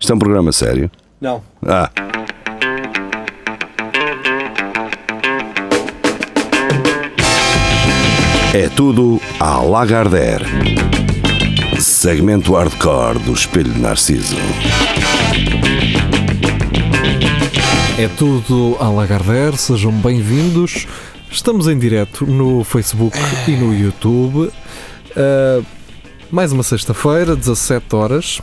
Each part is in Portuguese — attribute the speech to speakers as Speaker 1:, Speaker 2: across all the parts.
Speaker 1: Isto é um programa sério.
Speaker 2: Não.
Speaker 1: Ah, é tudo à Lagardère. Segmento hardcore do Espelho de Narciso.
Speaker 3: É tudo a Lagardère, sejam bem-vindos. Estamos em direto no Facebook e no YouTube. Ah, mais uma sexta-feira, 17 horas.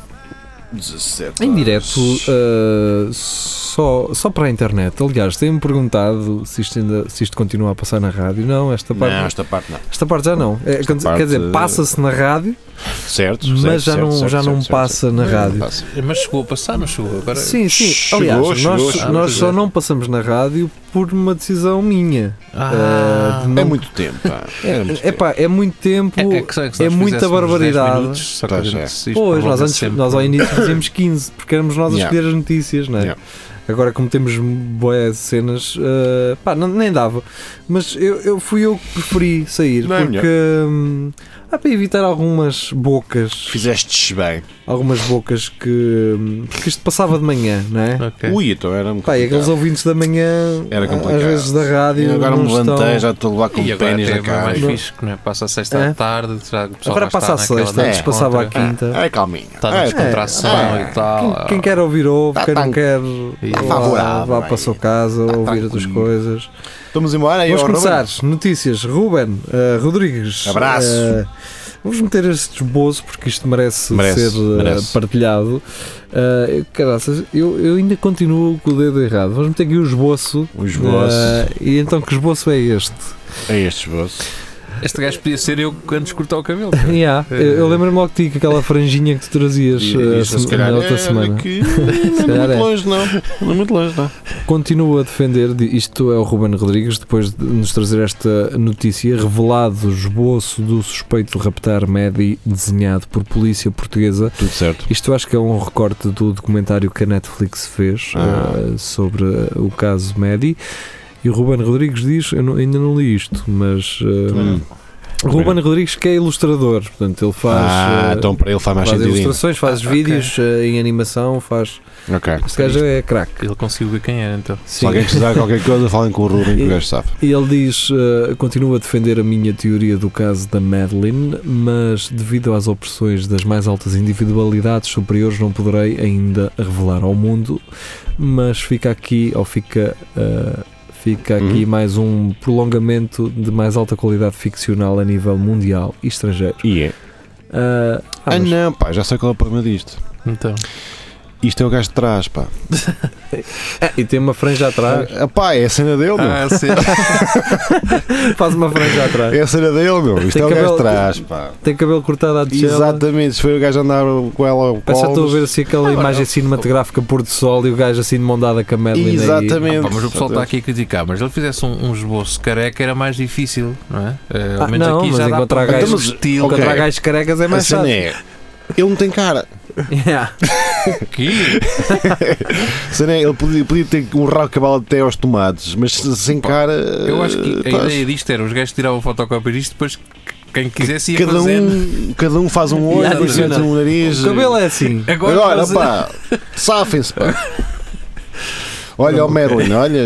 Speaker 2: 17.
Speaker 3: Em direto, ah, só, só para a internet. Aliás, têm-me perguntado se isto, ainda, se isto continua a passar na rádio. Não, esta parte,
Speaker 2: Não, esta parte não.
Speaker 3: esta parte já não. É, quer dizer-
Speaker 2: parte-
Speaker 3: Quer dizer, passa-se na rádio,
Speaker 2: Certo,
Speaker 3: mas
Speaker 2: certo,
Speaker 3: já
Speaker 2: certo,
Speaker 3: não,
Speaker 2: certo,
Speaker 3: já não
Speaker 2: certo, certo,
Speaker 3: passa na
Speaker 2: certo.
Speaker 3: rádio.
Speaker 2: Não passa.
Speaker 4: Eh, Mas chegou a passar, não chegou. Agora...
Speaker 3: Sim, sim.
Speaker 2: Chegou,
Speaker 3: Aliás,
Speaker 2: chegou,
Speaker 3: nós,
Speaker 2: chegou,
Speaker 3: nós
Speaker 4: pois
Speaker 3: só
Speaker 4: é.
Speaker 3: não passamos na rádio por uma decisão minha.
Speaker 4: Ah,
Speaker 3: Ah, de não-
Speaker 2: É muito tempo. pá. É muito
Speaker 3: É
Speaker 2: tempo.
Speaker 3: pá, é muito tempo.
Speaker 4: é, é que se- que se
Speaker 3: é
Speaker 4: nós
Speaker 3: muita
Speaker 4: fizéssemos
Speaker 3: barbaridade.
Speaker 4: 10 Minutos, só que a
Speaker 2: Pois
Speaker 4: gente
Speaker 2: é.
Speaker 4: se
Speaker 3: Pois, nós,
Speaker 4: prolonga
Speaker 3: antes,
Speaker 4: sempre.
Speaker 3: nós ao início dizíamos 15, porque éramos nós a
Speaker 2: Yeah.
Speaker 3: escolher as notícias, não é?
Speaker 2: Yeah.
Speaker 3: Agora, como temos boas cenas, eh, pá, não- nem dava. Mas eu, eu fui eu que preferi sair,
Speaker 2: Não é
Speaker 3: porque hum, há para evitar algumas bocas,
Speaker 2: Fizeste bem.
Speaker 3: algumas bocas que, hum, porque isto passava de manhã, não é?
Speaker 4: Ok.
Speaker 2: Ui, então era um
Speaker 3: Pá, e aqueles ouvintes da manhã,
Speaker 2: Era complicado.
Speaker 3: às vezes da rádio,
Speaker 2: Agora
Speaker 3: não
Speaker 2: me levantei,
Speaker 3: estão...
Speaker 2: já estou lá com
Speaker 4: E
Speaker 2: o
Speaker 4: agora
Speaker 2: pênis
Speaker 4: até é
Speaker 2: na cara.
Speaker 4: mais
Speaker 3: Não.
Speaker 4: fixe, que não é? Passa a sexta
Speaker 3: É.
Speaker 4: à tarde, já, o pessoal
Speaker 3: Agora
Speaker 4: já está
Speaker 3: passa a
Speaker 4: naquela
Speaker 3: sexta,
Speaker 4: da
Speaker 3: antes
Speaker 2: É.
Speaker 3: passava à
Speaker 4: descontra.
Speaker 3: quinta.
Speaker 2: É calminho.
Speaker 4: Está na
Speaker 2: É,
Speaker 4: descontração
Speaker 2: é.
Speaker 4: e tal.
Speaker 3: Quem quer ouvir ouve,
Speaker 2: Tá
Speaker 3: quem não
Speaker 2: tão-
Speaker 3: quer
Speaker 4: tá
Speaker 3: vá,
Speaker 2: favorável,
Speaker 3: vá
Speaker 2: aí.
Speaker 3: para a sua casa
Speaker 2: tão
Speaker 3: ouvir outras
Speaker 2: Tá com-
Speaker 3: coisas.
Speaker 2: Vamos embora aí,
Speaker 3: Vamos
Speaker 2: ó,
Speaker 3: começar.
Speaker 2: Ruben.
Speaker 3: Notícias. Ruben eh, Rodrigues.
Speaker 2: Abraço.
Speaker 3: eh, vamos meter este esboço porque isto merece,
Speaker 2: Merece,
Speaker 3: ser eh,
Speaker 2: merece.
Speaker 3: partilhado. Eh, caraças, eu, eu ainda continuo com o dedo errado. Vamos meter aqui o esboço.
Speaker 2: O esboço.
Speaker 3: Eh, e então que esboço é este?
Speaker 2: É este esboço.
Speaker 4: Este gajo podia ser eu que antes cortar o cabelo.
Speaker 3: Yeah,
Speaker 2: É.
Speaker 3: eu eu lembro-me logo de ti com aquela franjinha que tu trazias
Speaker 2: E-
Speaker 3: eh, se-
Speaker 2: isto, se calhar,
Speaker 3: na outra
Speaker 2: é,
Speaker 3: semana.
Speaker 2: daqui- Não é
Speaker 3: calhar é.
Speaker 2: muito longe, não. Não é muito longe, não.
Speaker 3: Continuo a defender, de- isto é o Ruben Rodrigues, depois de nos trazer esta notícia, revelado o esboço do suspeito de raptar Medi, desenhado por polícia portuguesa.
Speaker 2: Tudo certo.
Speaker 3: Isto acho que é um recorte do documentário que a Netflix fez
Speaker 2: Ah.
Speaker 3: eh, sobre eh, o caso Medi. E o Ruben Rodrigues diz, eu não- ainda não li isto, mas... eh,
Speaker 2: Hum.
Speaker 3: o Ruben Rodrigues que é ilustrador, portanto ele faz...
Speaker 2: Ah,
Speaker 3: eh,
Speaker 2: então para ele faz mais
Speaker 3: Faz
Speaker 2: sentido. ainda.
Speaker 3: ilustrações, faz
Speaker 4: Ah, ok.
Speaker 3: vídeos eh, em animação, faz.
Speaker 2: Ok.
Speaker 3: Este gajo é craque.
Speaker 4: Ele conseguiu ver quem era então.
Speaker 2: Se alguém precisar de qualquer coisa, falem com o Ruben que o gajo sabe.
Speaker 3: E ele diz: eh, continua a defender a minha teoria do caso da Madeline, mas devido às opressões das mais altas individualidades superiores, não poderei ainda revelar ao mundo. Mas fica aqui, ou fica. eh, Fica aqui
Speaker 2: Uhum.
Speaker 3: mais um prolongamento de mais alta qualidade ficcional a nível mundial e estrangeiro.
Speaker 2: E é.
Speaker 3: Ah, ah,
Speaker 2: Ah,
Speaker 3: mas
Speaker 2: não, pá, já sei qual é o problema disto.
Speaker 4: Então,
Speaker 2: Isto é o gajo de trás, pá.
Speaker 3: e tem uma franja atrás.
Speaker 2: Ah, pá, é a cena dele, meu.
Speaker 4: ah, sim.
Speaker 3: Faz uma franja atrás.
Speaker 2: É a cena dele, meu. Isto
Speaker 3: Tem
Speaker 2: é o gajo
Speaker 3: cabelo-
Speaker 2: de trás, pá.
Speaker 3: Tem cabelo cortado à tigela.
Speaker 2: Exatamente, se foi o gajo a andar com ela ao
Speaker 3: Parece que estou
Speaker 2: colo.
Speaker 3: a ver assim aquela imagem cinematográfica pôr do sol e o gajo assim de mão dada com a Ah, Madeline.
Speaker 2: Exatamente.
Speaker 4: Pá, mas o pessoal está aqui a criticar, mas se ele fizesse um, um esboço careca era mais difícil, não é? Eh, ao
Speaker 3: Ah,
Speaker 4: menos
Speaker 3: não,
Speaker 4: aqui
Speaker 3: mas
Speaker 4: já dá
Speaker 3: encontrar
Speaker 4: para ver
Speaker 2: gajos-
Speaker 4: o estilo.
Speaker 2: Então, Ok.
Speaker 3: Contra gajos carecas é
Speaker 2: A
Speaker 3: mais
Speaker 2: cena
Speaker 3: chato.
Speaker 2: é. Ele não tem cara. é.
Speaker 3: Yeah.
Speaker 4: Aqui.
Speaker 2: A cena é, ele podia, podia ter um rabo cabal até aos tomates, mas se- sem cara.
Speaker 4: Eu acho que a
Speaker 2: pá,
Speaker 4: ideia disto era os gajos tiravam fotocópia disto, depois quem quisesse ia
Speaker 2: cada
Speaker 4: fazendo.
Speaker 2: um, cada um faz um olho,
Speaker 3: Yeah,
Speaker 2: depois
Speaker 4: adiciona.
Speaker 2: mete um nariz.
Speaker 3: O cabelo é assim.
Speaker 4: Agora,
Speaker 2: Agora,
Speaker 4: fazer-
Speaker 2: pá, safem-se, pá. Olha, o Merlin, olha,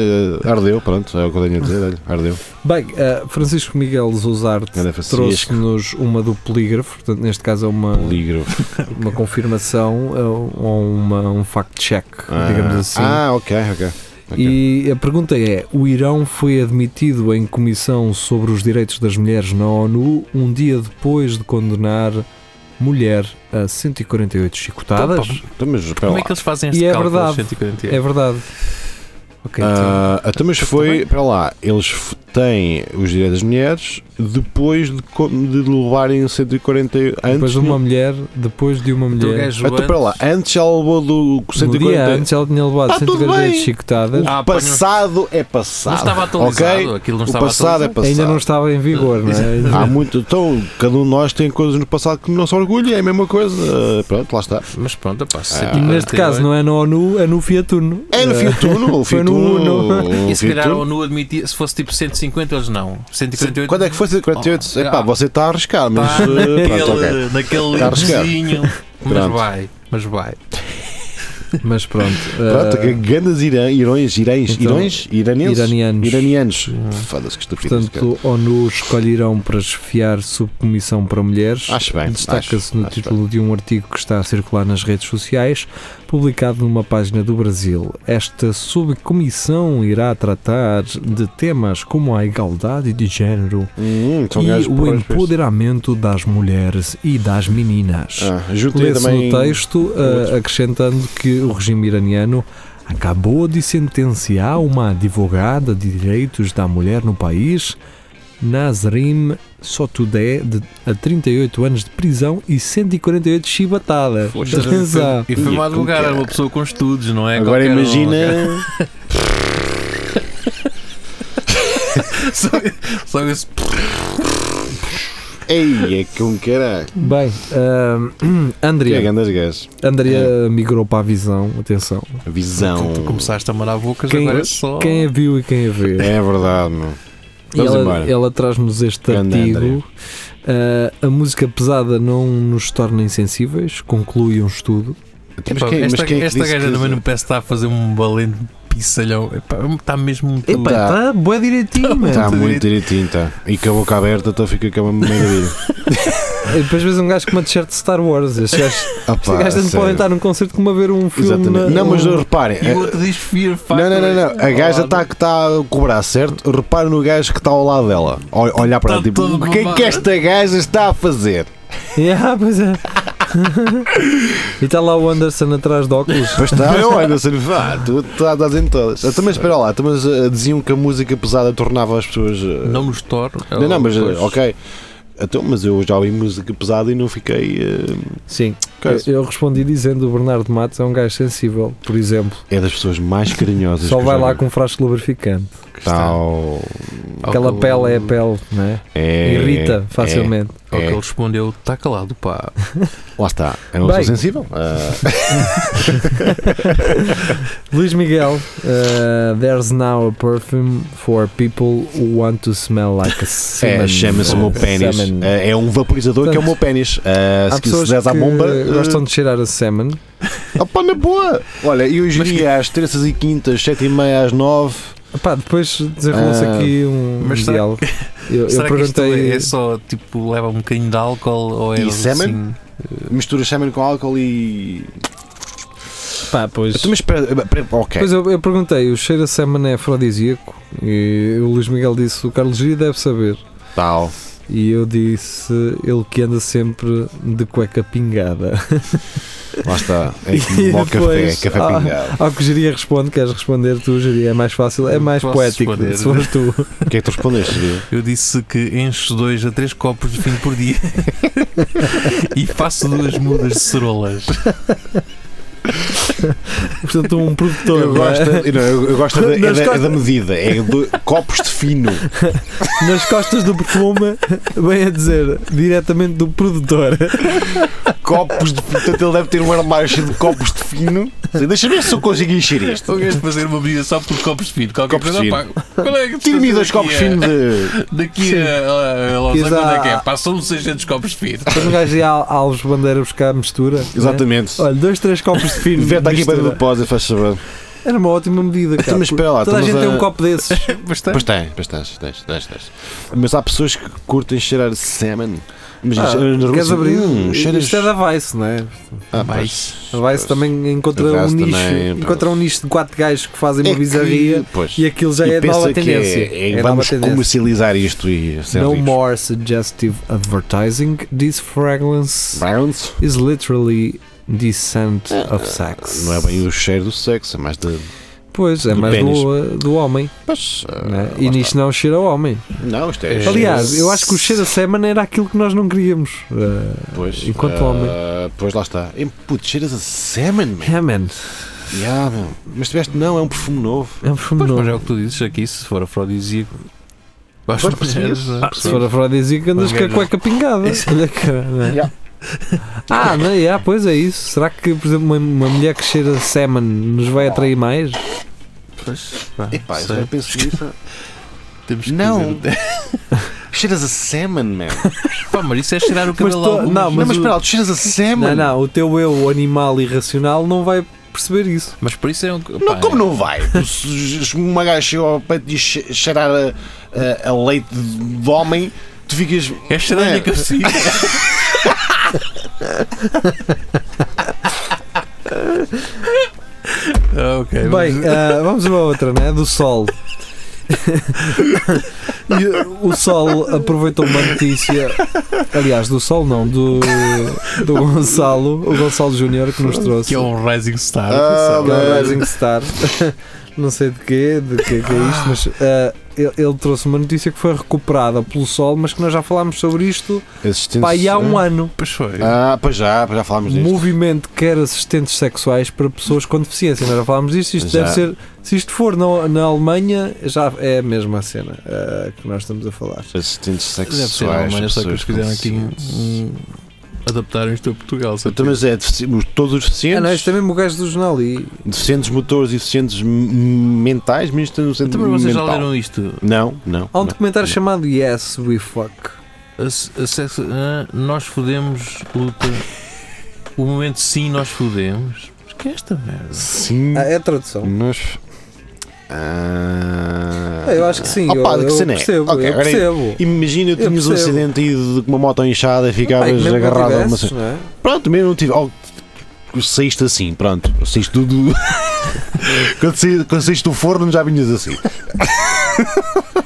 Speaker 2: ardeu, pronto, é o que eu tenho a dizer, olha, ardeu. é
Speaker 3: Bem, eh, Francisco Miguel Zuzarte
Speaker 2: Grande Francisco.
Speaker 3: trouxe-nos uma do polígrafo, portanto, neste caso é uma,
Speaker 2: Polígrafo.
Speaker 3: uma confirmação eh, ou uma, um fact-check,
Speaker 2: Ah,
Speaker 3: digamos assim.
Speaker 2: Ah, ok, ok. ok.
Speaker 3: E a pergunta é: o Irão foi admitido em comissão sobre os direitos das mulheres na ONU um dia depois de condenar mulher a 148 chicotadas?
Speaker 2: Então, mas, espera
Speaker 4: Como é
Speaker 2: lá.
Speaker 4: que eles fazem este
Speaker 3: E é
Speaker 4: cálculo
Speaker 3: verdade.
Speaker 4: aos 140?
Speaker 3: É verdade. Ok, então.
Speaker 2: Ah, então, mas foi, espera lá, eles f- têm os direitos das mulheres depois de, co- de levarem 140 antes.
Speaker 3: então, depois de uma
Speaker 2: não-
Speaker 3: mulher, depois de uma
Speaker 4: Então o
Speaker 3: mulher.
Speaker 4: gajo
Speaker 2: então, espera lá, antes ela levou do
Speaker 3: No
Speaker 2: 140.
Speaker 3: dia antes ela tinha levado
Speaker 2: Tá tudo
Speaker 3: 148
Speaker 2: bem.
Speaker 3: chicotadas,
Speaker 4: Ah,
Speaker 2: O passado é passado.
Speaker 4: não estava atualizado,
Speaker 2: ok?
Speaker 4: aquilo não
Speaker 2: O
Speaker 4: estava
Speaker 2: passado é
Speaker 4: atualizado.
Speaker 2: passado.
Speaker 3: ainda não estava em vigor, não é?
Speaker 2: Há muito. Então, cada um de nós tem coisas no passado que não se orgulha, é a mesma coisa. Ah, Pronto, lá está.
Speaker 4: Mas pronto, pá,
Speaker 3: E neste caso não é na ONU, é no Fiatuno.
Speaker 2: Ah, É no
Speaker 3: Ah,
Speaker 2: Fiatuno, o
Speaker 3: Foi no
Speaker 2: Fiatuno. o
Speaker 4: E se calhar a
Speaker 2: Fiatuno.
Speaker 4: ONU admitia, se fosse tipo 150, eles não. 148.
Speaker 2: Quando é que foi 148?
Speaker 4: Oh,
Speaker 2: Epá,
Speaker 4: ah.
Speaker 2: você está a arriscar, mas.
Speaker 4: Pá,
Speaker 2: ah, pronto,
Speaker 4: naquele,
Speaker 2: ok.
Speaker 4: naquele
Speaker 2: Está arriscado.
Speaker 4: vizinho. Mas
Speaker 2: Pronto.
Speaker 4: vai, mas vai.
Speaker 3: Mas pronto.
Speaker 2: Pronto,
Speaker 4: Então,
Speaker 3: ah,
Speaker 2: que grandes irã, irões, irães,
Speaker 3: então,
Speaker 2: irões, iranenses,
Speaker 3: iranianos.
Speaker 2: iranianos.
Speaker 4: Hum.
Speaker 2: Foda-se que estupidez. cara.
Speaker 3: Portanto, ONU escolherão para chefiar subcomissão para mulheres.
Speaker 2: Acho bem.
Speaker 3: Destaca-se no
Speaker 2: acho
Speaker 3: título de um artigo que está a circular nas redes sociais, publicado numa página do Brasil. Esta subcomissão irá tratar de temas como a igualdade de género
Speaker 2: bem. Hum, são
Speaker 3: e
Speaker 2: gajos
Speaker 3: o
Speaker 2: prósperos.
Speaker 3: empoderamento das mulheres e das meninas.
Speaker 2: Ah, juntei
Speaker 3: Lê-se
Speaker 2: também.
Speaker 3: no texto ah,
Speaker 2: outro.
Speaker 3: acrescentando que o regime iraniano acabou de sentenciar uma advogada de direitos da mulher no país, Nazrim Sotudeh, de, a 38 anos de prisão e 148 chibatadas.
Speaker 2: Poxa,
Speaker 3: De prisão.
Speaker 4: E foi uma
Speaker 2: Ia, como que
Speaker 4: advogada,
Speaker 2: era?
Speaker 4: uma pessoa com estudos, não é?
Speaker 2: Agora
Speaker 4: Qualquer um,
Speaker 2: imagina.
Speaker 4: ok? só, só esse.
Speaker 2: Ei, é como que era?
Speaker 3: Bem, ah,
Speaker 2: Que é
Speaker 3: Andrea,
Speaker 2: grandes gajos.
Speaker 3: Andrea migrou para a visão, atenção.
Speaker 2: A Visão.
Speaker 4: Tu começaste a mandar bocas,
Speaker 3: Quem-
Speaker 4: agora é só.
Speaker 3: Quem a viu e quem a vê.
Speaker 2: É verdade, meu.
Speaker 3: E
Speaker 2: Vamos
Speaker 3: ela,
Speaker 2: embora.
Speaker 3: ela traz-nos este
Speaker 2: Grande
Speaker 3: artigo. Ah, a música pesada não nos torna insensíveis, conclui um estudo.
Speaker 2: Mas
Speaker 4: Epá,
Speaker 2: quem- mas
Speaker 4: esta
Speaker 2: quem é que
Speaker 4: esta
Speaker 2: disse
Speaker 4: gaja
Speaker 2: que-
Speaker 4: também não parece estar a fazer um valente pissalhão. Epá, Está mesmo muito.
Speaker 2: Epá, Tá.
Speaker 3: tá boa direitinho, mano.
Speaker 2: Está
Speaker 4: Muito
Speaker 2: muito direitinho, tá. E com a boca aberta, então fica com a maravilha.
Speaker 3: E depois vês um gajo com uma t-shirt de Star Wars. Estes gajos,
Speaker 2: Ah,
Speaker 3: estes
Speaker 2: pá,
Speaker 3: gajos não
Speaker 2: sério.
Speaker 3: podem estar num concerto como a ver um filme. na-
Speaker 2: Exatamente. Não, mas
Speaker 3: um-
Speaker 2: reparem.
Speaker 4: E
Speaker 2: é-
Speaker 4: o outro é diz Fear Factor.
Speaker 2: Não, não, não, não. A gaja está que tá a cobrar, certo? Repara no gajo que está ao lado dela. Ol- Olhar para ela,
Speaker 4: Tá
Speaker 2: tipo,
Speaker 4: todo
Speaker 2: o que é
Speaker 4: babado."
Speaker 2: que esta gaja está a fazer?
Speaker 3: Yeah, pois é. e está lá o Anderson atrás de óculos.
Speaker 2: Pois está, eu ando assim, vá, tu estás a dizer todas. Eu também espera lá, também eh, diziam que a música pesada tornava as pessoas. eh,
Speaker 4: Não nos torno.
Speaker 2: não, não, mas eh,
Speaker 4: Pois.
Speaker 2: ok. Então, mas eu já ouvi música pesada e não fiquei. eh,
Speaker 3: Sim, eu,
Speaker 2: coisa.
Speaker 3: eu respondi dizendo o Bernardo Matos é um gajo sensível, por exemplo.
Speaker 2: É das pessoas mais carinhosas.
Speaker 3: Só
Speaker 2: que eu
Speaker 3: vai
Speaker 2: já
Speaker 3: lá
Speaker 2: vi.
Speaker 3: com um frasco lubrificante.
Speaker 2: tá. Tal.
Speaker 3: Aquela
Speaker 4: Ao que
Speaker 3: pele é
Speaker 4: ele-
Speaker 3: a pele, não é?
Speaker 2: Oh. É,
Speaker 3: Irrita
Speaker 2: é,
Speaker 3: facilmente.
Speaker 4: Ao que
Speaker 2: é.
Speaker 4: ele respondeu, está calado, pá.
Speaker 2: Lá está. É uma pessoa
Speaker 3: Bem.
Speaker 2: sensível. Ah,
Speaker 3: Luís Miguel, uh, there's now a perfume for people who want to smell like a semen.
Speaker 2: é, chama-se o meu pênis.
Speaker 3: Semen.
Speaker 2: Ah, É um vaporizador que é o meu pênis. Ah,
Speaker 3: Há
Speaker 2: se quiser
Speaker 3: pessoas
Speaker 2: der à
Speaker 3: que
Speaker 2: bomba. uh,
Speaker 3: gostam de cheirar a semen.
Speaker 2: ah, Opa, na boa! Olha, e hoje
Speaker 4: Mas que-
Speaker 2: iria às terças e quintas, sete e meia às nove.
Speaker 3: Epá, depois desenrolou-se
Speaker 2: Ah,
Speaker 3: aqui um
Speaker 4: mas será-
Speaker 3: diálogo. Eu, eu
Speaker 4: Será que isto
Speaker 3: perguntei.
Speaker 4: é só tipo leva um bocadinho de álcool ou é
Speaker 2: E
Speaker 4: assim?
Speaker 2: semen? Mistura semen com álcool e.
Speaker 3: Pá, pois.
Speaker 2: Então, mas espera, espera, ok.
Speaker 3: Pois eu, eu perguntei, o cheiro a semen é afrodisíaco? E o Luís Miguel disse, o Carlos G deve saber.
Speaker 2: Tal.
Speaker 3: E eu disse, ele que anda sempre de cueca pingada.
Speaker 2: Lá está. É
Speaker 3: E
Speaker 2: como o café,
Speaker 3: depois,
Speaker 2: café
Speaker 3: ah,
Speaker 2: pingado.
Speaker 3: Ao que o Jiria responde, queres responder tu, Jiria? É mais fácil, é
Speaker 4: Eu
Speaker 3: mais
Speaker 4: posso
Speaker 3: poético
Speaker 4: responder.
Speaker 3: se fores tu.
Speaker 2: O que é que tu respondeste? Gil?
Speaker 4: Eu disse que encho dois a três copos de vinho por dia e faço duas mudas de cerolas.
Speaker 3: Portanto, um produtor.
Speaker 2: Eu
Speaker 3: não é?
Speaker 2: gosto, eu não, eu- eu gosto da, é
Speaker 3: Nas
Speaker 2: da- é
Speaker 3: costas-
Speaker 2: da medida, é do, copos de fino.
Speaker 3: Nas costas do perfume, bem a dizer, diretamente do produtor.
Speaker 2: Copos de Portanto, ele deve ter um armário cheio de copos de fino. Deixa ver se eu consigo encher isto.
Speaker 4: Estou a fazer uma bebida só por copos de vinho. Qualquer
Speaker 2: Copos de
Speaker 4: coisa eu
Speaker 2: vinho.
Speaker 4: pago. Qual é que-
Speaker 2: Tira-me dois
Speaker 4: daqui
Speaker 2: copos
Speaker 4: a-
Speaker 2: finos de.
Speaker 4: Daqui
Speaker 3: Sim.
Speaker 4: a, a Los
Speaker 3: Quis
Speaker 4: Angeles, onde é que é?
Speaker 3: a-
Speaker 4: Passam 600 copos de vinho.
Speaker 3: Depois um gajo ia a Alves Bandeira buscar a mistura. não é?
Speaker 2: Exatamente.
Speaker 3: Olha, é- dois, três copos de fino. de
Speaker 2: Vete aqui para
Speaker 3: mistura.
Speaker 2: o depósito, faz favor.
Speaker 3: Era uma ótima medida.
Speaker 2: Então,
Speaker 3: Cara,
Speaker 2: mas espera lá,
Speaker 3: Toda a
Speaker 2: estamos
Speaker 3: gente tem
Speaker 2: a-
Speaker 3: um copo desses.
Speaker 4: Bastante.
Speaker 2: Pois tem, pois tens, tens, tens, tens. Mas há pessoas que curtem cheirar semen. Mas
Speaker 3: Ah,
Speaker 2: cheiras na
Speaker 3: Queres
Speaker 2: Rússia,
Speaker 3: abrir?
Speaker 2: hum, cheiras...
Speaker 3: Isto é da Vice, não é?
Speaker 2: Ah,
Speaker 4: Mas-
Speaker 3: A Vice também encontra
Speaker 2: A
Speaker 3: um
Speaker 2: Vice
Speaker 3: nicho.
Speaker 2: também, É pá.
Speaker 3: encontra um nicho de quatro gajos que fazem uma bizarria.
Speaker 2: pois.
Speaker 3: E aquilo já é
Speaker 2: pensa
Speaker 3: nova
Speaker 2: que
Speaker 3: tendência.
Speaker 2: é- é,
Speaker 3: nova
Speaker 2: vamos
Speaker 3: tendência.
Speaker 2: comercializar isto e ser
Speaker 3: No
Speaker 2: ricos.
Speaker 3: more suggestive advertising. This fragrance
Speaker 2: Browns?
Speaker 3: is literally the scent of sex.
Speaker 2: Ah, Não é bem o cheiro do sexo, é mais de.
Speaker 3: Pois, é
Speaker 2: do
Speaker 3: mais
Speaker 2: pênis.
Speaker 3: do, do homem.
Speaker 2: Mas, ah,
Speaker 3: né?
Speaker 2: lá
Speaker 3: E
Speaker 2: está.
Speaker 3: nisto não cheira a homem.
Speaker 2: Não, isto é.
Speaker 4: É.
Speaker 3: Aliás, eu acho que o cheiro a semen era aquilo que nós não queríamos. Uh,
Speaker 2: Pois,
Speaker 3: enquanto
Speaker 2: ah,
Speaker 3: homem.
Speaker 2: Pois lá está. E, Putz, cheiras a semen, man.
Speaker 3: yeah, É, man.
Speaker 2: Yeah, meu. Mas tiveste, não, é um perfume novo.
Speaker 3: É um perfume
Speaker 4: Pois, mas é
Speaker 3: novo.
Speaker 4: o que tu dizes aqui, se for afrodisíaco. Basta
Speaker 2: Pois, ah, percebes?
Speaker 4: mulheres, não é?
Speaker 3: Se for afrodisíaco, andas
Speaker 4: Mas
Speaker 3: com a
Speaker 4: é
Speaker 3: cueca pingada. Olha, cara, né?
Speaker 2: Yeah.
Speaker 3: Ah, não, yeah, pois é isso. Será que, por exemplo, uma, uma mulher que cheira a semen nos vai atrair mais?
Speaker 4: Pois, pá,
Speaker 2: Epá, eu
Speaker 4: sei.
Speaker 2: já penso nisso.
Speaker 4: Temos que
Speaker 2: Não.
Speaker 4: dizer-
Speaker 2: cheiras a semen, man.
Speaker 4: Pá, mas isso é cheirar o
Speaker 3: Mas
Speaker 4: cabelo
Speaker 3: tô-
Speaker 4: a algumas.
Speaker 3: não,
Speaker 2: Não, mas
Speaker 3: o-
Speaker 2: espera, lá, tu cheiras a semen.
Speaker 3: Não, não, o teu eu animal irracional não vai perceber isso.
Speaker 4: Mas por isso é um.
Speaker 2: Não,
Speaker 4: pá,
Speaker 2: como não vai? Se se uma gaja chega ao peito e che- cheirar a, a- a leite de de homem, tu ficas.
Speaker 4: É estranho
Speaker 2: É.
Speaker 4: que eu sigo. ok,
Speaker 3: Bem,
Speaker 4: vamos-
Speaker 3: ah, vamos a uma outra, né? Do Sol. E uh, o Sol aproveitou uma notícia. Aliás, do Sol não, do, do Gonçalo, o Gonçalo Júnior que nos trouxe.
Speaker 4: que é um Rising Star.
Speaker 2: Ah,
Speaker 4: atenção.
Speaker 3: que é um
Speaker 2: Mas-
Speaker 3: Rising Star. Não sei de quê, de quê que é isto, mas ah, ele, ele trouxe uma notícia que foi recuperada pelo Sol, mas que nós já falámos sobre isto
Speaker 2: Assistência-
Speaker 3: pá, aí há um ano.
Speaker 4: Pois foi.
Speaker 2: Ah, pois já, já falámos disso.
Speaker 3: Movimento quer assistentes sexuais para pessoas com deficiência. Nós já falámos disto. Isto
Speaker 2: Já.
Speaker 3: deve ser, se isto for na, na Alemanha, já é a mesma cena ah, que nós estamos a falar.
Speaker 2: Assistentes sexuais.
Speaker 4: Deve ser a Alemanha, só
Speaker 2: pessoas
Speaker 4: que eles quiseram aqui
Speaker 2: com-
Speaker 4: um, adaptaram isto a Portugal. sabe?
Speaker 2: Então, mas é defici- os- todos os deficientes,
Speaker 3: Ah, não, isto é mesmo o gajo do jornal. E
Speaker 2: deficientes motores e deficientes m- mentais, mas isto é no
Speaker 4: Então,
Speaker 2: centro
Speaker 4: mas vocês já
Speaker 2: mental.
Speaker 4: leram isto?
Speaker 2: Não, não.
Speaker 3: há um
Speaker 2: não.
Speaker 3: documentário chamado Yes, We Fuck.
Speaker 4: A se- a sexo- ah, nós fodemos luta. O momento sim, nós fodemos. Mas que é esta merda?
Speaker 2: Sim,
Speaker 3: Ah, é a tradução.
Speaker 2: mas. Ah,
Speaker 3: Ah, eu acho que sim.
Speaker 2: Opa,
Speaker 3: eu,
Speaker 2: de que
Speaker 3: eu
Speaker 2: cena é?
Speaker 3: percebo.
Speaker 2: Ok,
Speaker 3: eu
Speaker 2: agora
Speaker 3: percebo.
Speaker 2: Imagina, tinhas um
Speaker 3: percebo.
Speaker 2: acidente e de com uma moto inchada e
Speaker 3: Bem,
Speaker 2: ficavas
Speaker 3: que mesmo
Speaker 2: agarrado a uma.
Speaker 3: tivesses, não é?
Speaker 2: Pronto, mesmo não tive. Oh, saíste assim, pronto. Saíste do. do- quando, saí- quando saíste do forno já vinhas assim.